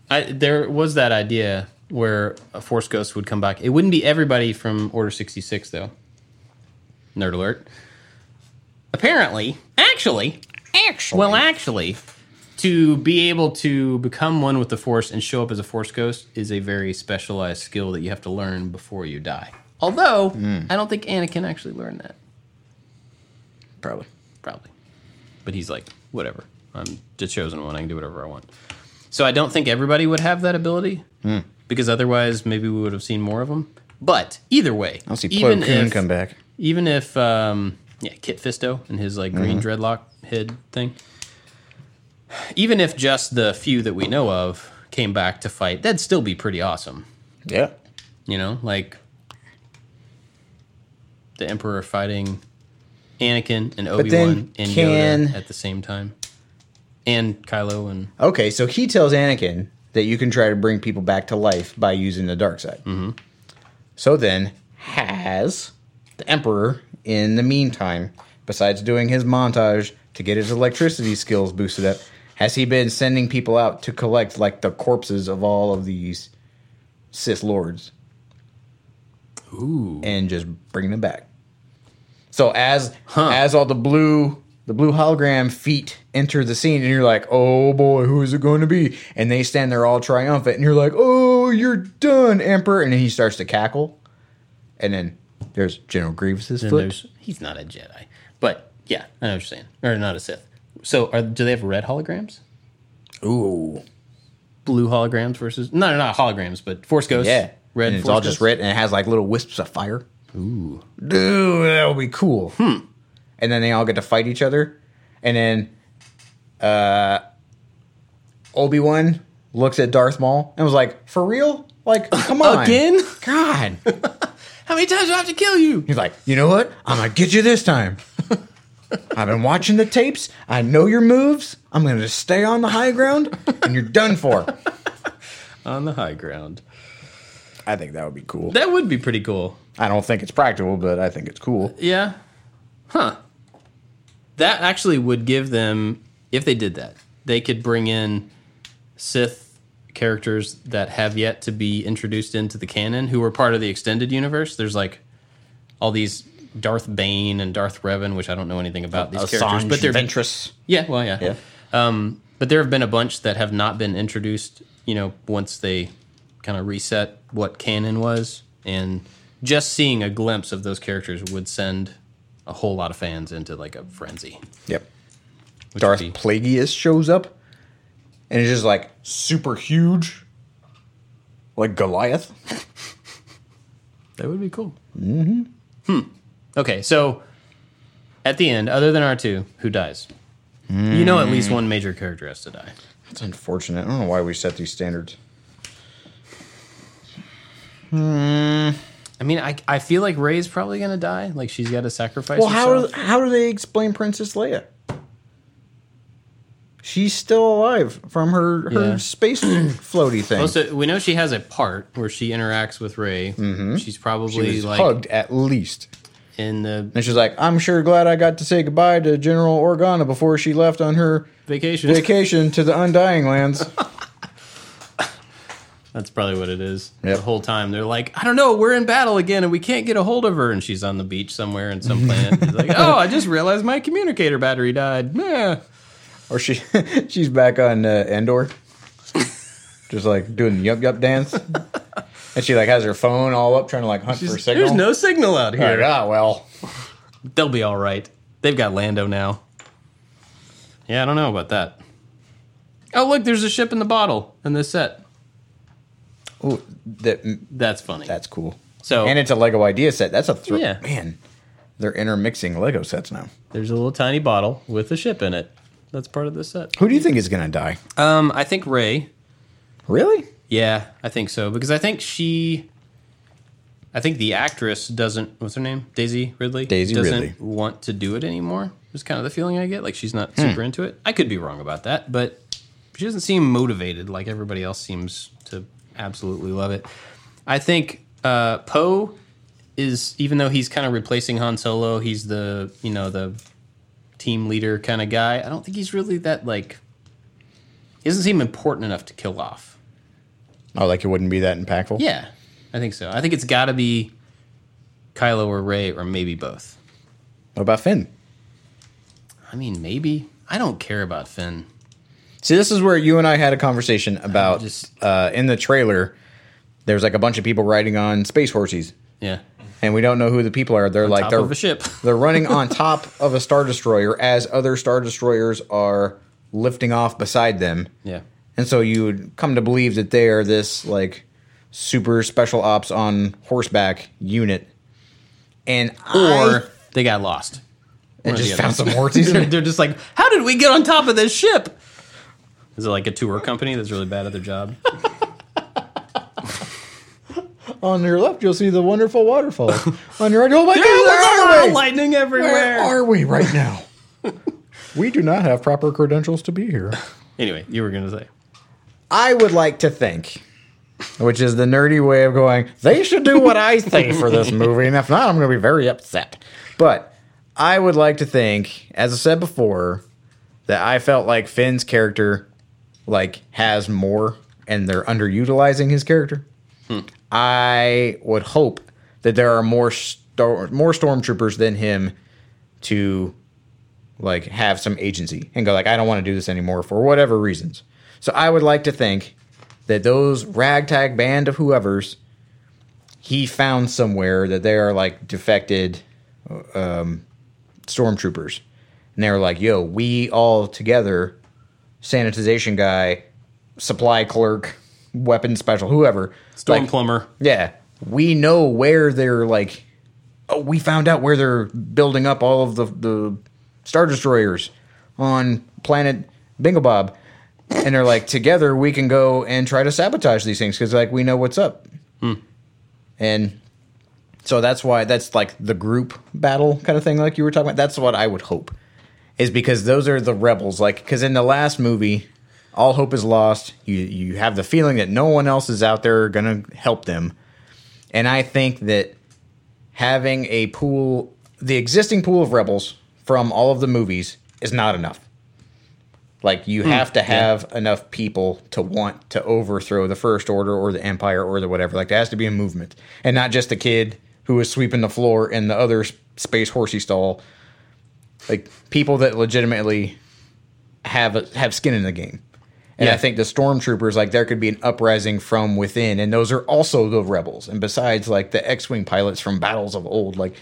I there was that idea where a force ghost would come back. It wouldn't be everybody from Order 66 though. Nerd alert. Apparently, actually,
Actually,
well actually to be able to become one with the force and show up as a force ghost is a very specialized skill that you have to learn before you die. Although,
Hmm.
I don't think Anakin actually learned that
probably.
probably. But he's like, whatever. I'm the chosen one. I can do whatever I want. So I don't think everybody would have that ability
Hmm.
because otherwise, maybe we would have seen more of them. But either way,
I'll see Plo Koon come back.
even if um, yeah, Kit Fisto and his like green
Mm-hmm.
dreadlock head thing. Even if just the few that we know of came back to fight, that'd still be pretty awesome.
Yeah,
You know, like the Emperor fighting Anakin and Obi Wan
then
and
can-
Yoda at the same time, and Kylo and
Okay, so he tells Anakin that you can try to bring people back to life by using the dark side. Mm-hmm. So then, has the Emperor, in the meantime, besides doing his montage to get his electricity skills boosted up, has he been sending people out to collect like the corpses of all of these Sith lords
ooh,
and just bring them back? So as as all the blue the blue hologram feet enter the scene, and you're like, "Oh boy, who is it going to be?" And they stand there all triumphant, and you're like, "Oh, you're done, Emperor!" And then he starts to cackle, and then there's General Grievous's
and
foot.
there's he's not a Jedi, but yeah, I know what you're saying, or not a Sith. So, are, do they have red holograms,
Ooh,
blue holograms versus no, no, not holograms, but Force Ghosts?
yeah,
red.
And it's
Force
all just
Ghosts?
red, and it has like little wisps of fire.
Ooh,
dude, that would be cool. Hmm. And then they all get to fight each other, and then uh, Obi Wan looks at Darth Maul and was like, "For real? Like, come on,
Again?
God."
how many times do I have to kill you?
He's like, "You know what? I'm gonna get you this time. I've been watching the tapes. I know your moves. I'm gonna just stay on the high ground, and you're done for."
On the high ground,
<laughs> I think that would be cool.
that would be pretty cool.
I don't think it's practical, but I think it's cool.
Yeah. Huh. That actually would give them, if they did that, they could bring in Sith characters that have yet to be introduced into the canon who were part of the extended universe. There's like all these Darth Bane and Darth Revan, which I don't know anything about these characters,
Assange
but they're
Ventress.
yeah, well, yeah.
Yeah.
Um, but there have been a bunch that have not been introduced, you know, once they kind of reset what canon was. And just seeing a glimpse of those characters would send a whole lot of fans into like a frenzy.
Yep.
which
Darth
would be-
Plagueis shows up and is just like super huge, like Goliath. <laughs>
That would be cool. Mm-hmm. Hmm. Okay, so at the end, other than R2, who dies. You know, at least one major character has to die.
That's unfortunate. I don't know why we set these standards.
I mean, I, I feel like Ray's probably going to die. Like, she's got to sacrifice
Well, how
herself.
do, how do they explain Princess Leia? She's still alive from her, her
Yeah.
<clears throat> space floaty thing.
Well, so we know she has a part where she interacts with Ray. She's
she
probably
was
like
hugged at least.
in the
And she's like, I'm sure glad I got to say goodbye to General Organa before she left on her
vacation.
vacation to the Undying
<laughs>
Lands.
That's probably what it is.
Yep.
The whole time they're like, I don't know, we're in battle again and we can't get a hold of her. And she's on the beach somewhere in some planet. She's
<laughs>
like, oh, I just realized my communicator battery died. Meh.
or she <laughs> she's back on uh, Endor, just like doing the yup yup dance, and she like has her phone all up trying to like hunt for a signal.
There's no signal out
Like,
here.
ah, well,
They'll be all right. They've got Lando now. Yeah, I don't know about that. Oh, look, there's a ship in the bottle in this set.
Ooh, that mm,
That's funny.
that's cool.
so
And it's a Lego idea set. That's a thro-
Yeah.
man. They're intermixing Lego sets now.
there's a little tiny bottle with a ship in it. That's part of this set.
Who do you think is gonna die?
Um, I think Ray
Really?
Yeah, I think so because I think she, I think the actress doesn't. What's her name? Daisy Ridley.
Daisy
doesn't
Ridley.
want to do it anymore. Is kind of the feeling I get. Like she's not
Hmm.
super into it. I could be wrong about that, but she doesn't seem motivated. Like everybody else seems to absolutely love it. I think uh, Poe is even though he's kind of replacing Han Solo. He's the you know the team leader kind of guy. I don't think he's really that like. He doesn't seem important enough to kill off.
Oh, like it wouldn't be that impactful.
Yeah, I think so. I think it's got to be Kylo or Ray or maybe both.
What about Finn?
I mean, maybe. I don't care about Finn.
See, this is where you and I had a conversation about
just-
uh, in the trailer. There's like a bunch of people riding on space horses,
Yeah.
and we don't know who the people are. They're like
Top
they're
of a ship.
<laughs> They're running on top of a star destroyer as other star destroyers are lifting off beside them.
<laughs> yeah.
And so you would come to believe that they are this like super special ops on horseback unit. And I
Or they got lost.
and
or
just
the
found
other.
some horses.
<laughs> They're, they're just like, how did we get on top of this ship? Is it like a tour company that's really bad at their <laughs> job?
<laughs> on your left you'll see the wonderful <laughs> waterfall. on your right, oh my god,
There's
where are we?
lightning everywhere.
Where are we right now? <laughs> we do not have proper credentials to be here.
anyway, you were going to say.
I would like to think, which is the nerdy way of going, they should do what I say for this movie, and if not, I'm going to be very upset. But I would like to think, as I said before, that I felt like Finn's character like has more, and they're underutilizing his character. I would hope that there are more stor- more stormtroopers than him to like have some agency and go like I don't want to do this anymore for whatever reasons. So I would like to think that those ragtag band of whoever's he found somewhere that they are like defected um, stormtroopers, and they were like, "Yo, we all together, sanitization guy, supply clerk, weapon special, whoever,
Storm
like,
plumber.
yeah, we know where they're like. Oh, we found out where they're building up all of the the star destroyers on planet Bingo Bob, and they're like, together we can go and try to sabotage these things because like we know what's up, and so that's why that's like the group battle kind of thing like you were talking about. That's what I would hope is because those are the rebels. Like, because in the last movie, all hope is lost. You you have the feeling that no one else is out there gonna help them, and I think that having a pool, the existing pool of rebels from all of the movies, is not enough. Like, you have to have enough people to want to overthrow the First Order or the Empire or the whatever. Like, there has to be a movement, and not just the kid who was sweeping the floor in the other s- space horsey stall like people that legitimately have have skin in the game. And
Yeah.
I think the stormtroopers, like there could be an uprising from within, and those are also the rebels. And besides, like the X-wing pilots from battles of old, like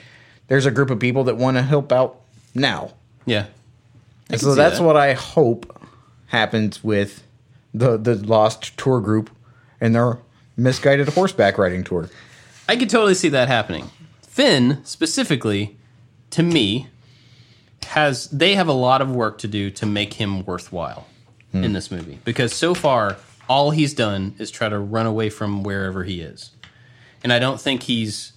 there's a group of people that want to help out now.
Yeah. can
And so
see
that's
that.
what I hope happens with the the lost tour group and their misguided horseback riding tour.
I could totally see that happening. Finn, specifically, to me, has they have a lot of work to do to make him worthwhile in this movie because so far all he's done is try to run away from wherever he is, and I don't think he's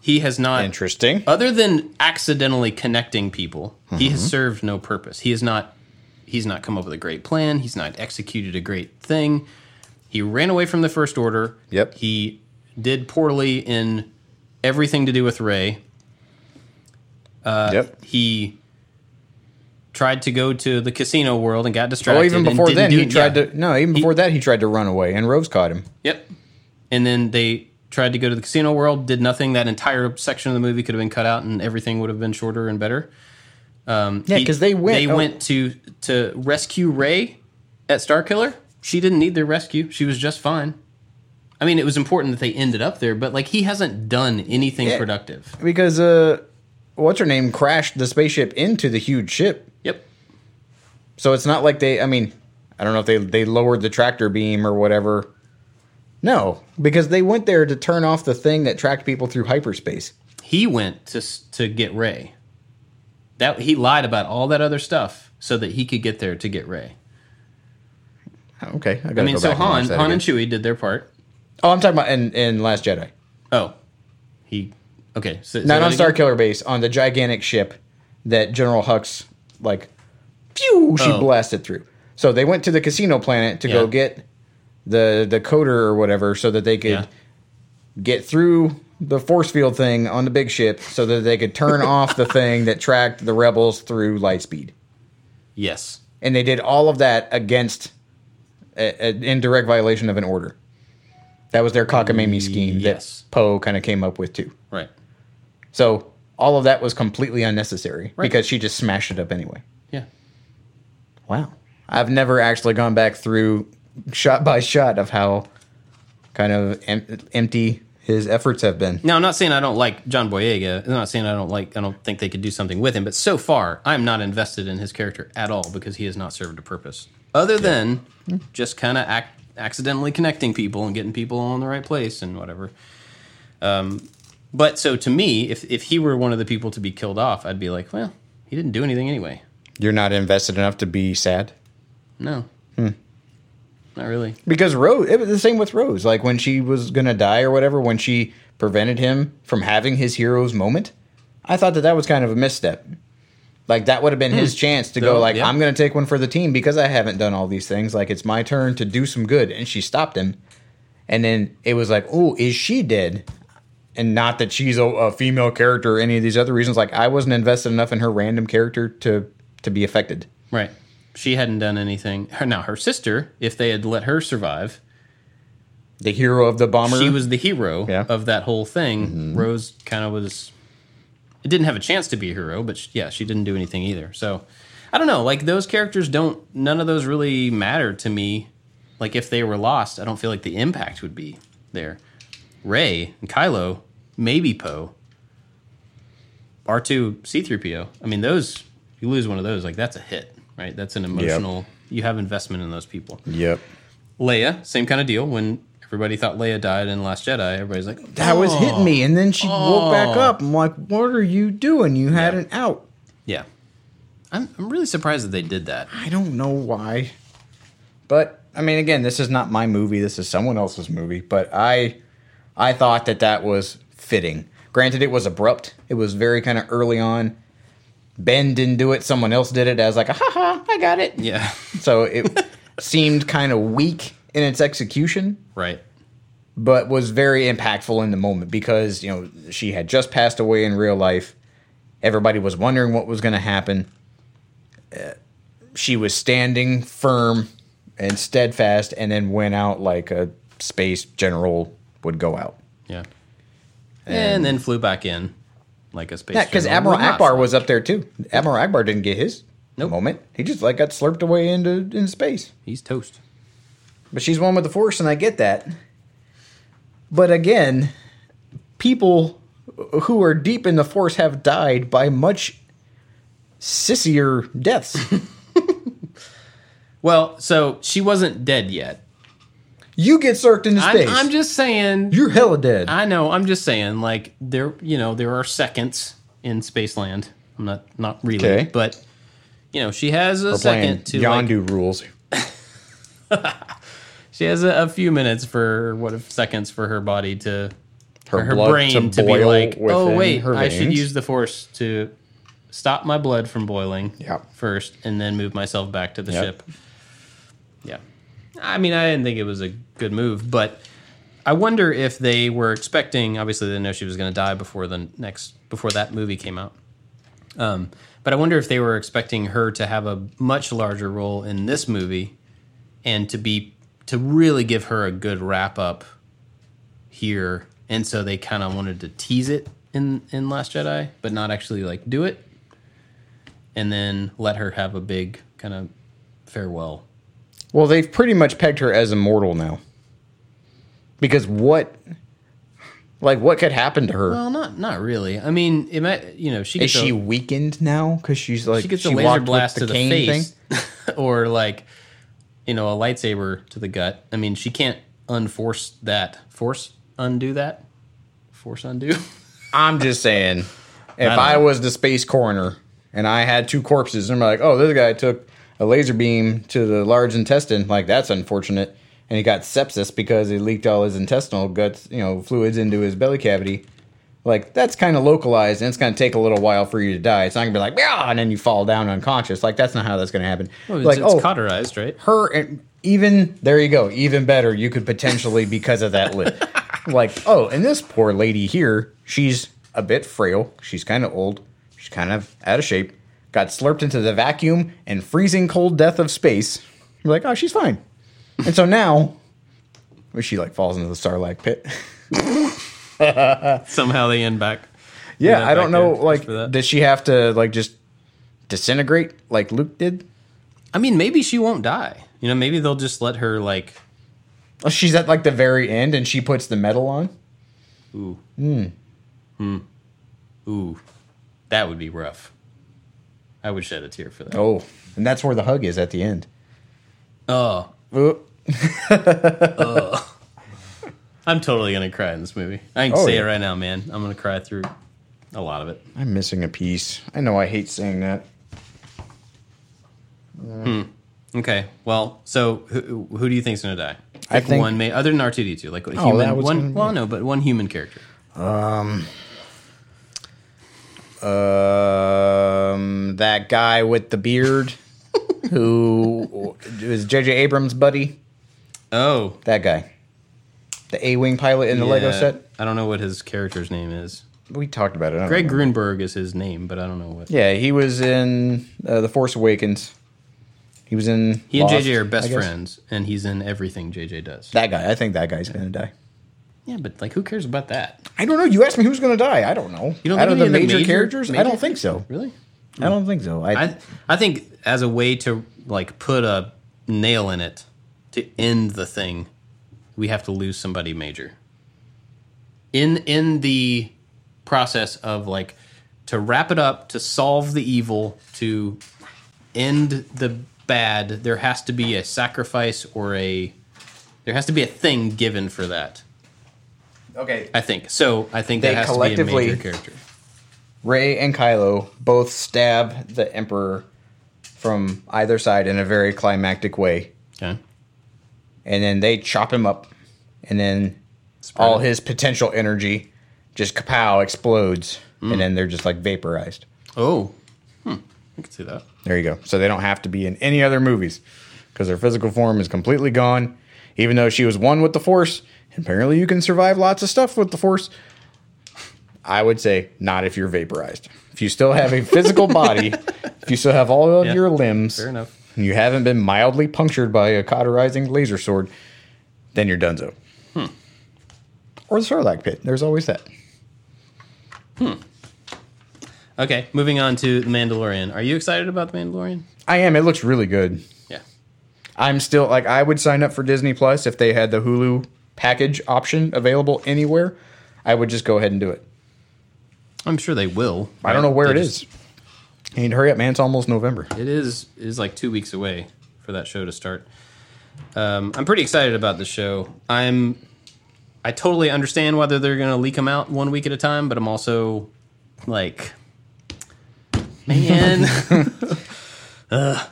he has
Uh,
not
Interesting.
other than accidentally connecting people, he has served no purpose. He has not he's not come up with a great plan. He's not executed a great thing. He ran away from the first order.
Yep.
He did poorly in everything to do with Ray.
yep.
He tried to go to the casino world and got distracted.
Well, Oh, even
and
before
didn't
then,
do
he
it-
tried
yeah.
to. No, even before that, he tried to run away, and Rose caught him.
Yep. And then they tried to go to the casino world, did nothing. That entire section of the movie could have been cut out, and everything would have been shorter and better. Um,
Yeah,
he-
'cause they went-
They
oh.
went to to rescue Ray at Star Killer. She didn't need their rescue. She was just fine. I mean, it was important that they ended up there, but like he hasn't done anything
Yeah.
productive.
Because uh, what's her name crashed the spaceship into the huge ship.
Yep.
So it's not like they. I mean, I don't know if they they lowered the tractor beam or whatever. No, because they went there to turn off the thing that tracked people through hyperspace.
He went to s- to get Ray. That he lied about all that other stuff so that he could get there to get Ray.
Oh, Okay, I, gotta
I mean,
go
so
back and watch
Han
that
Han and
again.
Chewie did their part.
oh, I'm talking about in, in Last Jedi,
Oh, he okay. So,
not on Star Killer Base, on the gigantic ship that General Hux like, phew, she
Oh.
blasted through. So they went to the casino planet to go
Yeah.
get the the coder or whatever, so that they could
Yeah.
get through the force field thing on the big ship so that they
<laughs>
could turn off the thing that tracked the rebels through lightspeed.
Yes.
And they did all of that against a, a, in direct violation of an order. That was their cockamamie scheme
Mm, Yes.
that Poe kind of came up with too.
Right.
So all of that was completely unnecessary
Right.
because she just smashed it up anyway.
Yeah.
Wow. I've never actually gone back through shot by shot of how kind of em- empty his efforts have been.
Now I'm not saying I don't like John Boyega. I'm not saying I don't like. I don't think they could do something with him. But so far, I'm not invested in his character at all because he has not served a purpose other than just kind of ac accidentally connecting people and getting people all in the right place and whatever. Um, but so to me, if if he were one of the people to be killed off, I'd be like, well, he didn't do anything anyway.
You're not invested enough to be sad.
No. Not really.
because Rose, it was the same with Rose. Like when she was gonna die or whatever, when she prevented him from having his hero's moment, I thought that that was kind of a misstep. Like that would have been his chance to go
Hmm. Though,
like
yeah.
I'm gonna take one for the team because I haven't done all these things. Like it's my turn to do some good, and she stopped him. And then it was like, oh, is she dead? And not that she's a, a female character or any of these other reasons. Like I wasn't invested enough in her random character to to be affected.
Right. She hadn't done anything. Her, now her sister, if they had let her survive,
The hero of the bomber.
she was the hero
Yeah.
of that whole thing. Rose kind of was. It didn't have a chance to be a hero, but sh yeah, she didn't do anything either. So I don't know. Like those characters don't. None of those really matter to me. Like if they were lost, I don't feel like the impact would be there. Ray and Kylo, maybe Poe, R two C three PO. I mean, those you lose one of those, like that's a hit, right? That's an emotional. You have investment in those people.
Yep.
Leia, same kind of deal. When everybody thought Leia died in Last Jedi, everybody's like,
that was hitting me. And then she woke back
Oh.
up. I'm like, what are you doing? You had
Yeah.
an out.
"Yeah." I'm, I'm really surprised that they did that.
I don't know why. But I mean, again, this is not my movie. This is someone else's movie. But I, I thought that that was fitting. Granted, it was abrupt. It was very kind of early on. Ben didn't do it. Someone else did it. I was like, "Ah, ha ha, I got it.
Yeah, <laughs>
So it <laughs> seemed kind of weak in its execution.
right.
but was very impactful in the moment because you know she had just passed away in real life. Everybody was wondering what was going to happen. Uh, She was standing firm and steadfast, and then went out like a space general would go out.
Yeah, and, then flew back in like a space.
Yeah, because
general
Admiral
would not
Akbar
fly.
was up there too. Admiral Akbar didn't get his
Nope.
moment. He just like got slurped away into into space.
He's toast.
But she's one with the force, and I get that. But again, people who are deep in the force have died by much sissier
<laughs>
deaths.
Well, so she wasn't dead yet.
you get circled into
I'm,
space.
I'm just saying.
You're hella dead.
I know. I'm just saying. Like there, you know, there are seconds in spaceland. I'm not not really,
Okay.
but you know, she has a
We're playing
second to like,
Yondu rules.
she has a, a few minutes for what if seconds for her body to
Her,
or her
blood
brain to,
to boil
be like, oh
within
wait,
her
I should
veins."
use the force to stop my blood from boiling
Yeah.
first, and then move myself back to the
Yep.
ship. Yeah, I mean, I didn't think it was a good move, but I wonder if they were expecting. Obviously, they know she was going to die before the next before that movie came out. Um, but I wonder if they were expecting her to have a much larger role in this movie, and to be to really give her a good wrap up here, and so they kind of wanted to tease it in in Last Jedi, but not actually like do it, and then let her have a big kind of farewell.
Well, they've pretty much pegged her as immortal now. Because what, like, what could happen to her?
Well, not not really. I mean, it might, you know she
Is
gets
she
a,
weakened now? Because she's like
she gets a
walked
laser
with
blast to the
cane
face, <laughs> or like you know a lightsaber to the gut. I mean, she can't unforce that. Force undo that. Force undo. <laughs>
I'm just saying, if
don't
I,
know.
was the space coroner and I had two corpses, and I'm like, oh, this guy took a laser beam to the large intestine, like that's unfortunate, and he got sepsis because he leaked all his intestinal guts, you know, fluids into his belly cavity. Like that's kind of localized, and it's gonna take a little while for you to die. It's not gonna be like, yeah, and then you fall down unconscious. Like that's not how that's gonna happen.
it's,
like,
it's
oh,
cauterized, right?
her and even there you go even better you could potentially because of
<laughs>
that lip like oh and this poor lady here she's a bit frail she's kind of old she's kind of out of shape got slurped into the vacuum and freezing cold death of space you're like oh she's fine and so now well, she like falls into the starlight pit <laughs>
Somehow they end back.
yeah
Yeah,
i
back
don't know
there, just
like
for that.
does she have to like just disintegrate like luke did
I mean, maybe she won't die. You know, maybe they'll just let her like
Oh, she's at like the very end and she puts the metal on
Ooh. Hmm. Ooh. That would be rough. I would shed a tear for that.
oh and that's where the hug is at the end
Oh.
Oop.
I'm totally gonna cry in this movie. I can
Oh,
say
yeah.
it right now, man. I'm gonna cry through a lot of it.
I'm missing a piece. I know I hate saying that.
Okay. Well, so who, who do you think's gonna die?
I
Pick
think- Oh,
one may other than R2D2, like a human
that was
one.
gonna be-
Well, no, but one human character.
Um, that guy with
<laughs>
the beard who is JJ Abrams' buddy.
Oh,
That guy. The A Wing pilot in the Lego
yeah.
set.
I don't know what his character's name is.
We talked about it. I don't
Greg
know.
Grunberg is his name, but I don't know what.
Yeah, he was in uh, The Force Awakens. He was in.
He
Lost,
and JJ are
I
best
guess.
friends, and he's in everything JJ does.
That guy. I think that guy's going to die.
yeah, but like, who cares about that?
I don't know. You asked me who's going to die. I don't know.
You don't
Out
think any
of the
of the
major,
major-
characters? I
major-
don't think so.
Really?
I don't think so. I,
I I think as a way to like put a nail in it to end the thing, we have to lose somebody major. In in the process of like to wrap it up, to solve the evil, to end the bad, there has to be a sacrifice or a there has to be a thing given for that.
okay.
I think. So I think
They
that has to be a
collectively-
major character.
Ray and Kylo both stab the Emperor from either side in a very climactic way,
Okay.
and then they chop him up, and then all his potential energy just kapow explodes, and then they're just like vaporized.
Oh. Hmm. I can see that.
There you go. So they don't have to be in any other movies because their physical form is completely gone. Even though she was one with the Force, and apparently you can survive lots of stuff with the Force. I would say not if you're vaporized. If you still have a physical
<laughs>
body, if you still have all of
Yeah.
your limbs,
Fair enough.
and you haven't been mildly punctured by a cauterizing laser sword, then you're donezo.
Hmm.
Or the Sarlacc pit. There's always that.
Okay, moving on to The Mandalorian. Are you excited about The Mandalorian?
I am. It looks really good.
Yeah.
I'm still like I would sign up for Disney Plus if they had the Hulu package option available anywhere. I would just go ahead and do it.
I'm sure they will.
I don't know where it is. I need to hurry up, man. It's almost November.
It is it is like 2 weeks away for that show to start. Um, I'm pretty excited about the show. I'm I totally understand whether they're going to leak them out one week at a time, but I'm also like
<laughs>
man. Ugh.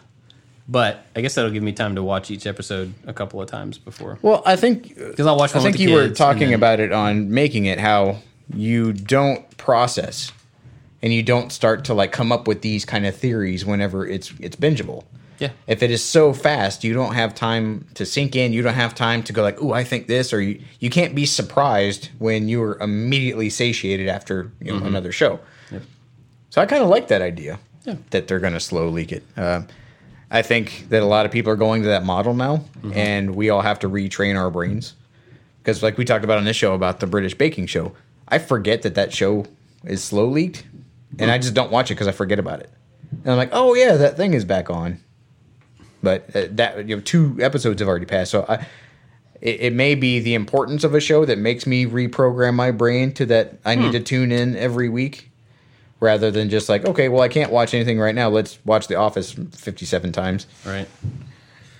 But I guess that'll give me time to watch each episode a couple of times before.
Well, I think
Because I'll watch
I
one with
think
the
you were
kids and
talking
then-
about it on making it how you don't process and you don't start to like come up with these kind of theories whenever it's it's bingeable.
Yeah.
If it is so fast, you don't have time to sink in. You don't have time to go like, "Ooh, I think this," or you, you can't be surprised when you are immediately satiated after you know, another show. So I kind of like that idea
Yeah.
that they're going to slow leak it. Uh, I think that a lot of people are going to that model now, and we all have to retrain our brains because, like we talked about on this show about the British baking show, I forget that that show is slow leaked, and I just don't watch it because I forget about it. And I'm like, oh yeah, that thing is back on, but uh, that you know, two episodes have already passed, so I. It, it may be the importance of a show that makes me reprogram my brain to that I need to tune in every week rather than just like, okay, well, I can't watch anything right now. Let's watch The Office 57 times
Right.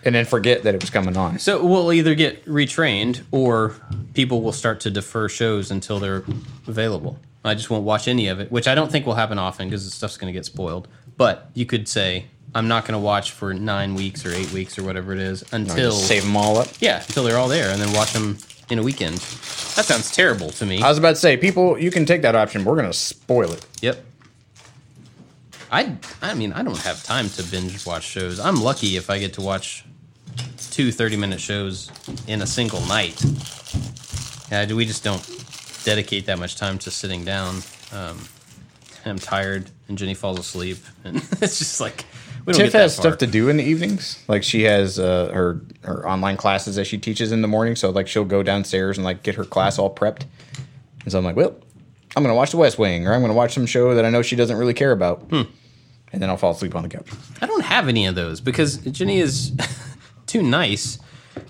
and then forget that it was coming on.
So we'll either get retrained or people will start to defer shows until they're available. I just won't watch any of it, which I don't think will happen often because the stuff's going to get spoiled. But you could say, I'm not going to watch for nine weeks or eight weeks or whatever it is until.
Just save them all up.
Yeah, until they're all there and then watch them in a weekend. That sounds terrible to me.
I was about to say, people, you can take that option. We're going to spoil it.
Yep. I I mean, I don't have time to binge watch shows. I'm lucky if I get to watch two 30-minute shows in a single night. Yeah, we just don't dedicate that much time to sitting down. Um, <laughs> I'm tired, and Jenny falls asleep, and <laughs> it's just like we don't
Tiff
get that
has
far.
stuff to do in the evenings. Like she has uh, her her online classes that she teaches in the morning. So like she'll go downstairs and like get her class all prepped. And so I'm like, well, I'm gonna watch The West Wing, or I'm gonna watch some show that I know she doesn't really care about.
Hmm.
And then I'll fall asleep on the couch.
I don't have any of those because Jenny is <laughs> too nice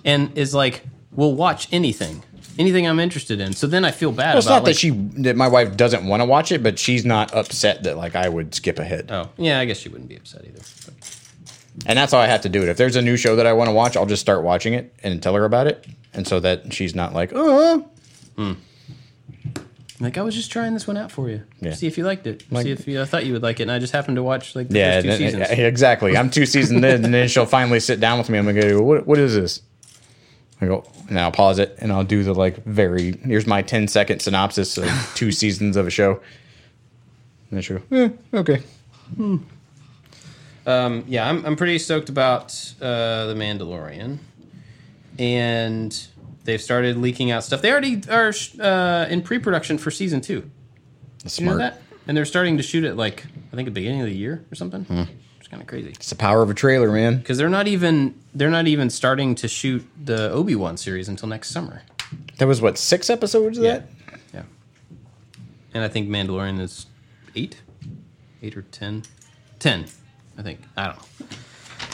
and is like, will watch anything, anything I'm interested in. So then I feel bad
Well, it's
about
not
like,
that she that my wife doesn't want to watch it, but she's not upset that like I would skip ahead.
Oh, yeah, I guess she wouldn't be upset either. But-
And that's how I have to do it. If there's a new show that I want to watch, I'll just start watching it and tell her about it, and so that she's not like, oh,
Like, I was just trying this one out for you.
Yeah.
See if you liked it. See if you, I thought you would like it. And I just happened to watch like the
yeah,
first two
then-
seasons.
yeah, exactly. I'm two seasons in, and then she'll finally sit down with me. I'm gonna go, what, what is this? I go, and I'll pause it, and I'll do the like very. Here's my 10 second
<laughs>
synopsis of two seasons of a show. And then she'll go, eh, okay.
Um, yeah, I'm, I'm pretty stoked about uh, The Mandalorian. And they've started leaking out stuff. They already are uh, in pre production for season two. Do you
Smart.
know that? And they're starting to shoot it like I think the beginning of the year or something. It's kind of crazy
It's the power of a trailer, man.
because they're not even they're not even starting to shoot the Obi Wan series until next summer.
That was what six episodes of that.
yeah. And I think Mandalorian is eight, eight or ten, ten, I think. I don't know.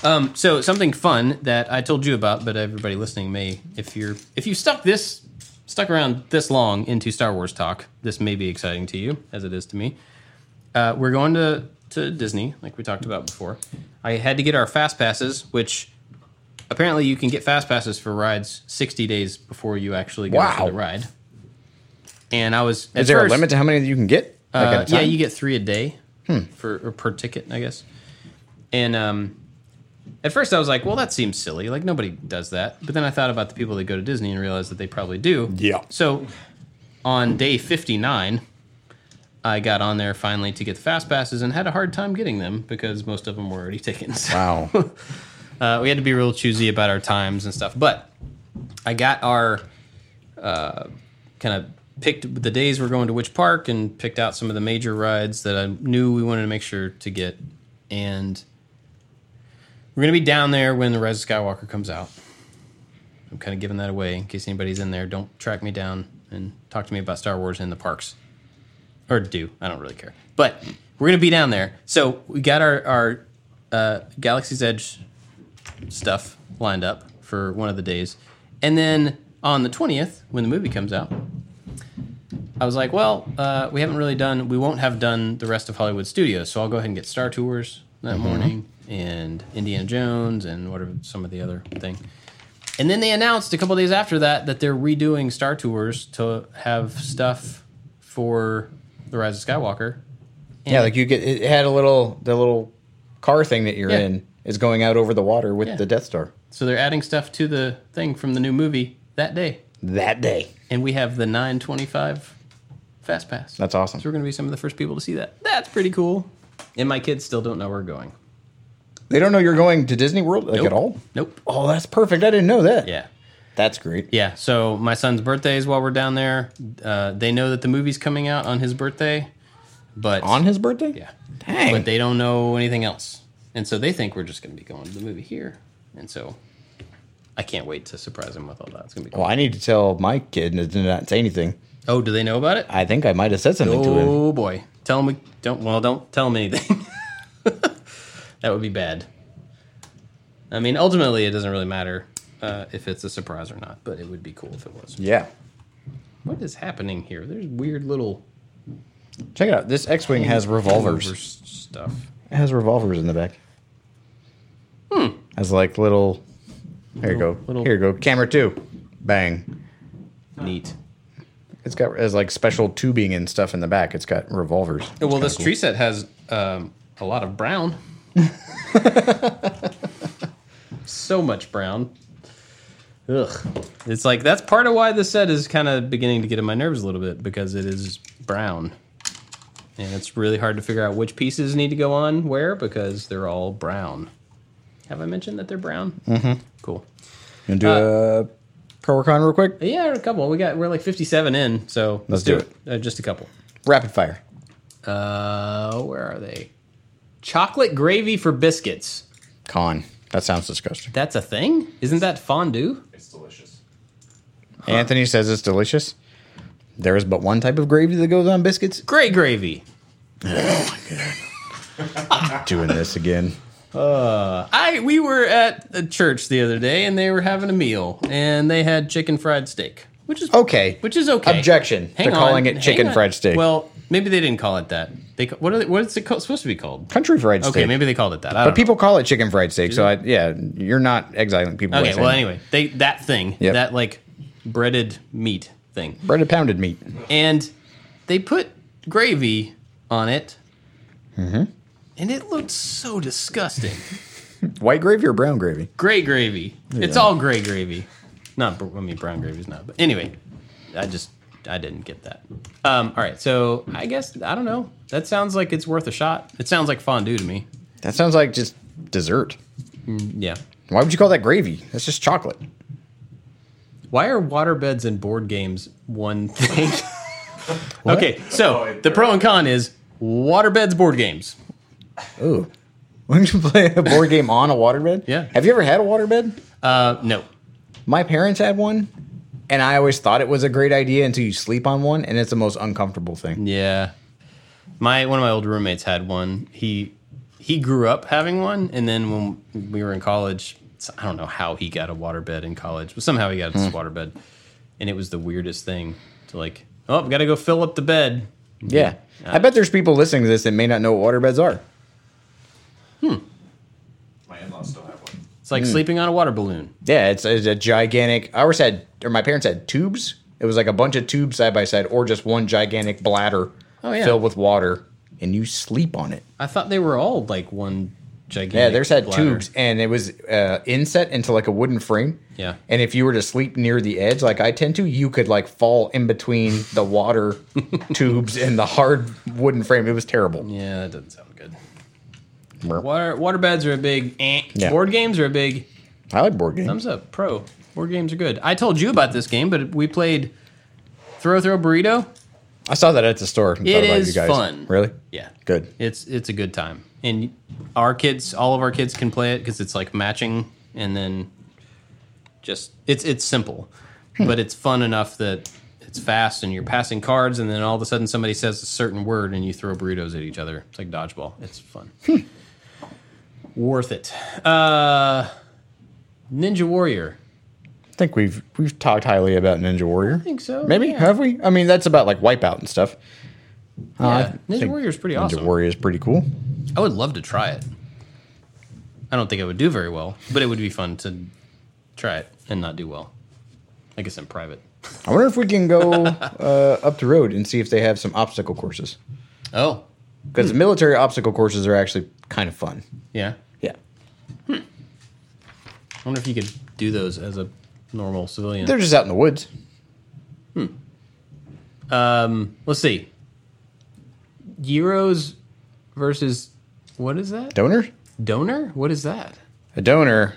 Um, so something fun that I told you about, but everybody listening may, if you're if you stuck this stuck around this long into Star Wars talk, this may be exciting to you as it is to me. Uh, we're going to to Disney, like we talked about before. I had to get our fast passes, which apparently you can get fast passes for rides sixty days before you actually go to
Wow.
the ride. And I was
Is there a limit to how many you can get? Like,
uh,
at a
yeah,
time? Hmm.
you get three a day for or per ticket, I guess. And um, at first, I was like, "Well, that seems silly. Like nobody does that." But then I thought about the people that go to Disney and realized that they probably do.
Yeah.
So on day fifty nine, I got on there finally to get the fast passes and had a hard time getting them because most of them were already <laughs> taken. So
Wow.
uh, we had to be real choosy about our times and stuff. But I got our uh, kind of picked the days we're going to which park and picked out some of the major rides that I knew we wanted to make sure to get. And we're going to be down there when The Rise of Skywalker comes out. I'm kind of giving that away in case anybody's in there. Don't track me down and talk to me about Star Wars in the parks or do. I don't really care. But we're gonna be down there. So we got our our uh, Galaxy's Edge stuff lined up for one of the days, and then on the twentieth, when the movie comes out, I was like, well, uh, we haven't really done. We won't have done the rest of Hollywood Studios, so I'll go ahead and get Star Tours that morning and Indiana Jones and whatever some of the other thing. And then they announced a couple days after that that they're redoing Star Tours to have stuff for The Rise of Skywalker
yeah, like you get it had a little the little car thing that you're
Yeah.
in is going out over the water with
Yeah.
the Death Star
So they're adding stuff to the thing from the new movie that day,
that day.
and we have the 925 fast pass.
That's awesome.
so we're going to be some of the first people to see that. That's pretty cool. And my kids still don't know we're going.
They don't know you're going to Disney World like
Nope.
at all.
Nope.
Oh, that's perfect. I didn't know that.
Yeah.
that's great.
Yeah. So my son's birthday is while we're down there. Uh, they know that the movie's coming out on his birthday, but
On his birthday.
yeah,
Dang.
but they don't know anything else, and so they think we're just going to be going to the movie here, and so I can't wait to surprise him with all that. It's going to be cool.
well, I need to tell my kid and it did not say anything.
Oh, do they know about it?
I think I might have said something to him.
Oh boy, tell him we don't. Well, don't tell him anything. <laughs> that would be bad. I mean, ultimately, it doesn't really matter uh, if it's a surprise or not, but it would be cool if it was.
Yeah.
What is happening here? There's weird little
Check it out. This X-wing has revolvers.
revolver stuff.
It has revolvers in the back. Hmm. Has like little. Here you go.
little-
Here you go. Camera two. Bang.
Neat.
It's got it has like special tubing and stuff in the back. It's got revolvers.
well, this tree set has um, a lot of brown. so much brown. Ugh. It's like that's part of why this set is kind of beginning to get in my nerves a little bit because it is brown. And it's really hard to figure out which pieces need to go on where because they're all brown. Have I mentioned that they're brown? Mm-hmm. Cool.
And do
Uh,
a pro or con real quick.
But yeah, a couple. We got we're like 57 in, so
Let's do
Uh, just a couple.
Rapid fire.
Uh, where are they? Chocolate gravy for biscuits.
Con. That sounds disgusting.
That's a thing? Isn't that fondue?
It's delicious.
Anthony says it's delicious. There is but one type of gravy that goes on biscuits.
Great gravy.
Doing this again.
I we were at the church the other day and they were having a meal and they had chicken fried steak, which is
Okay.
which is okay.
Objection.
Hang
They're
on,
calling it
hang
chicken
on.
fried steak.
Well, maybe they didn't call it that. They ca- what are they, what is it called, supposed to be called?
Country fried steak.
Okay, maybe they called it that. I
But
don't
people call it chicken fried steak. So I, yeah, you're not exiling people.
know.
by
Okay,
saying
well
that.
anyway, they that thing
Yep.
that like breaded meat thing.
Breaded pounded meat.
and they put gravy on it,
Mm-hmm.
and it looked so disgusting.
White gravy or brown gravy?
gray gravy. It's all gray gravy. Not, br- I mean, brown gravy's not. But anyway, I just I didn't get that. Um, all right, so I guess I don't know. That sounds like it's worth a shot. It sounds like fondue to me.
That sounds like just dessert.
Yeah.
Why would you call that gravy? That's just chocolate.
Why are waterbeds and board games one thing? <laughs> okay, so the pro and con is waterbeds board games.
Ooh. <laughs> Wouldn't you play a board game on a waterbed?
Yeah.
Have you ever had a waterbed?
Uh, no.
My parents had one, and I always thought it was a great idea until you sleep on one, and it's the most uncomfortable thing.
Yeah. My one of my old roommates had one. He he grew up having one and then when we were in college, s- I don't know how he got a waterbed in college, but somehow he got this
Hmm.
waterbed. And it was the weirdest thing to like, oh, we got to go fill up the bed.
Yeah. I bet there's people listening to this that may not know what waterbeds are.
My in-laws still have one.
It's
Hmm.
like sleeping on a water balloon.
Yeah, it's, it's a gigantic. Ours had, or my parents had tubes. It was like a bunch of tubes side by side, or just one gigantic bladder
Oh, yeah.
filled with water, and you sleep on it.
I thought they were all like one gigantic
Yeah, there's had
bladder.
tubes, and it was uh, inset into like a wooden frame.
Yeah.
And if you were to sleep near the edge, like I tend to, you could like fall in between the <laughs> water tubes and the hard wooden frame. It was terrible.
Yeah, that doesn't sound good.
Mer.
Water water beds are a big eh.
Yeah.
board games are a big
I like board games.
Thumbs up, pro. Board games are good. I told you about this game, but we played Throw Throw Burrito.
I saw that at the store. and
It
thought about
is fun.
Really?
Yeah,
Good.
it's it's a good time, and our kids, all of our kids, can play it because it's like matching, and then just it's it's simple,
Hmm.
but it's fun enough that it's fast, and you're passing cards, and then all of a sudden somebody says a certain word, and you throw burritos at each other. It's like dodgeball. It's fun.
Hmm.
Worth it. Uh, Ninja Warrior.
I think we've we've talked highly about Ninja Warrior. I
think so,
Maybe
yeah.
have we? I mean, that's about like Wipeout and stuff.
Yeah,
I
Ninja
think
Warrior is pretty
Ninja
awesome.
Warrior is pretty cool.
I would love to try it. I don't think I would do very well, but it would be fun to try it and not do well. I guess in private. <laughs>
I wonder if we can go uh, up the road and see if they have some obstacle courses.
Oh,
Because the military obstacle courses are actually kind of fun.
Yeah.
Yeah.
I wonder if you could do those as a normal civilian.
They're just out in the woods.
Um, let's see. Euros versus what is that?
Donor?
Donor? What is that?
A donor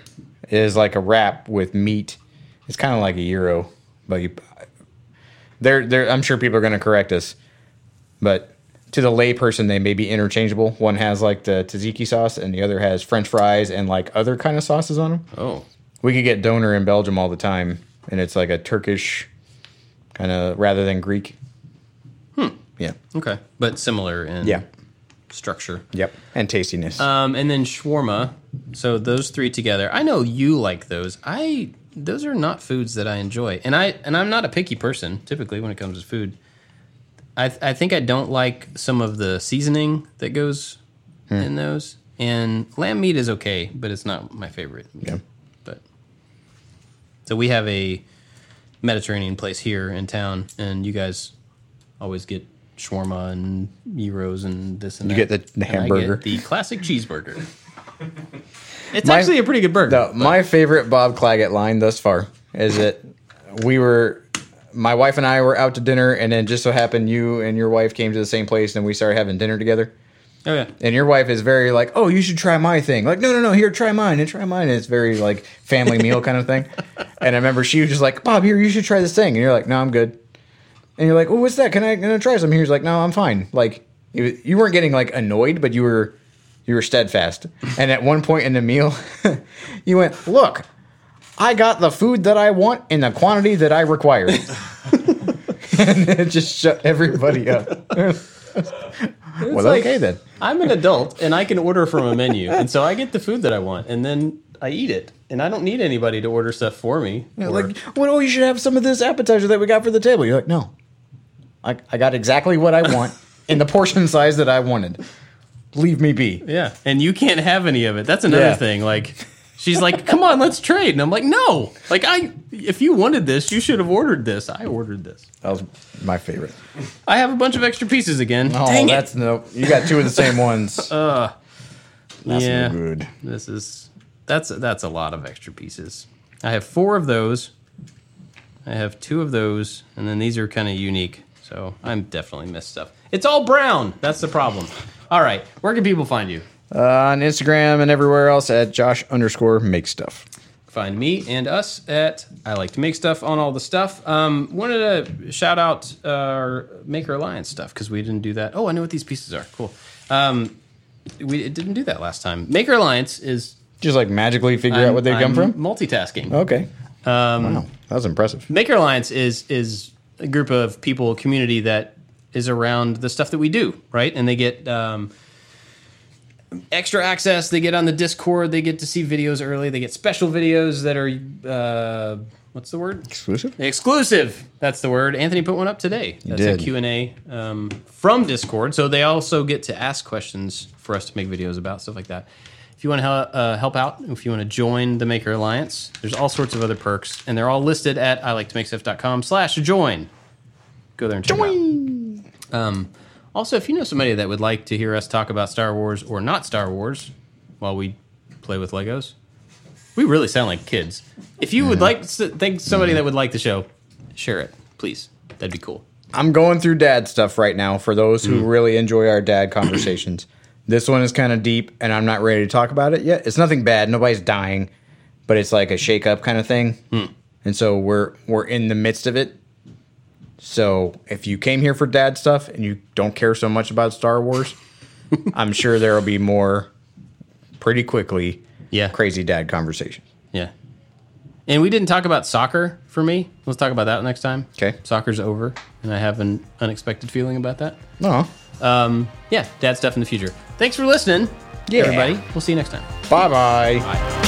is like a wrap with meat. It's kind of like a euro, but you, they're, they're, I'm sure people are going to correct us, but to the layperson, they may be interchangeable. One has like the tzatziki sauce, and the other has French fries and like other kind of sauces on them.
Oh,
We could get donor in Belgium all the time, and it's like a Turkish kind of rather than Greek. Hmm. Yeah.
okay. But similar in
Yeah.
structure.
Yep. And tastiness.
Um, and then shawarma. So those three together. I know you like those. I those are not foods that I enjoy, and I and I'm not a picky person typically when it comes to food. I th- I think I don't like some of the seasoning that goes
Hmm.
in those. And lamb meat is okay, but it's not my favorite.
yeah.
But so we have a Mediterranean place here in town, and you guys always get shawarma and euros and this and
You
that.
get the- the
And I
hamburger.
the classic cheeseburger. It's
My-
actually a pretty good burger.
The, my favorite Bob Claggett line thus far is that we were, my wife and I were out to dinner, and then just so happened you and your wife came to the same place, and we started having dinner together.
oh yeah,
And your wife is very like, oh, you should try my thing. Like, no, no, no, here, try mine and try mine. And it's very like family meal kind of <laughs> thing. And I remember she was just like, Bob, here, you should try this thing. And you're like, no, I'm good. And you're like, well, what's that? Can I, can I try some? He's like, no, I'm fine. Like, you, you weren't getting like annoyed, but you were, you were steadfast. And at one point in the meal, <laughs> you went, look, I got the food that I want in the quantity that I require. <laughs> and it just shut everybody up. <laughs> well,
like-
okay then.
I'm an adult and I can order from a menu, and so I get the food that I want, and then I eat it, and I don't need anybody to order stuff for me.
They're
or-
like, well, oh, you should have some of this appetizer that we got for the table. You're like, no, I, I got exactly what
<laughs>
I want in the portion size that I wanted. Leave me be.
Yeah, and you can't have any of it. That's another
Yeah.
thing. Like, she's like, "Come on, let's trade," and I'm like, "No! Like, I if you wanted this, you should have ordered this. I ordered this.
That was my favorite.
I have a bunch of extra pieces again.
Oh,
Dang
that's no. You got two of the
<laughs>
same ones.
it!
that's
yeah,
no good.
this is that's that's a lot of extra pieces. I have four of those. I have two of those, and then these are kind of unique. So I'm definitely missed stuff. It's all brown. That's the problem. All right, where can people find you?
Uh, on Instagram and everywhere else at Josh underscore make stuff.
find me and us at I like to make stuff on all the stuff. Um, wanted to shout out uh, our Maker Alliance stuff because we didn't do that. Oh, I know what these pieces are. Cool. Um, we didn't do that last time. Maker Alliance is
Just like magically figure out what they come
I'm
from.
Multitasking.
Okay. Um, wow, that was impressive.
Maker Alliance is is a group of people, community that is around the stuff that we do, right? And they get um, extra access. They get on the Discord. They get to see videos early. They get special videos that are uh, what's the word?
Exclusive.
exclusive that's the word anthony put one up today that's
did.
a q&a um, from discord so they also get to ask questions for us to make videos about stuff like that if you want to hel- uh, help out if you want to join the maker alliance there's all sorts of other perks and they're all listed at i like to make stuff.com slash join go there and check join. out um, also if you know somebody that would like to hear us talk about star wars or not star wars while we play with legos we really sound like kids. If you would like s- think somebody that would like the show, share it, please. That'd be cool.
I'm going through dad stuff right now for those who really enjoy our dad conversations. <clears throat> this one is kind of deep and I'm not ready to talk about it yet. It's nothing bad, nobody's dying, but it's like a shake up kind of thing. And so we're we're in the midst of it. So if you came here for dad stuff and you don't care so much about Star Wars, I'm sure there'll be more pretty quickly
Yeah.
crazy dad conversations.
Yeah. And we didn't talk about soccer for me. Let's talk about that next time.
'Kay.
Soccer's over, and I have an unexpected feeling about that.
No.
Um, yeah, dad stuff in the future. Thanks for listening,
Yeah.
everybody. We'll see you next time.
Bye-bye.
Bye.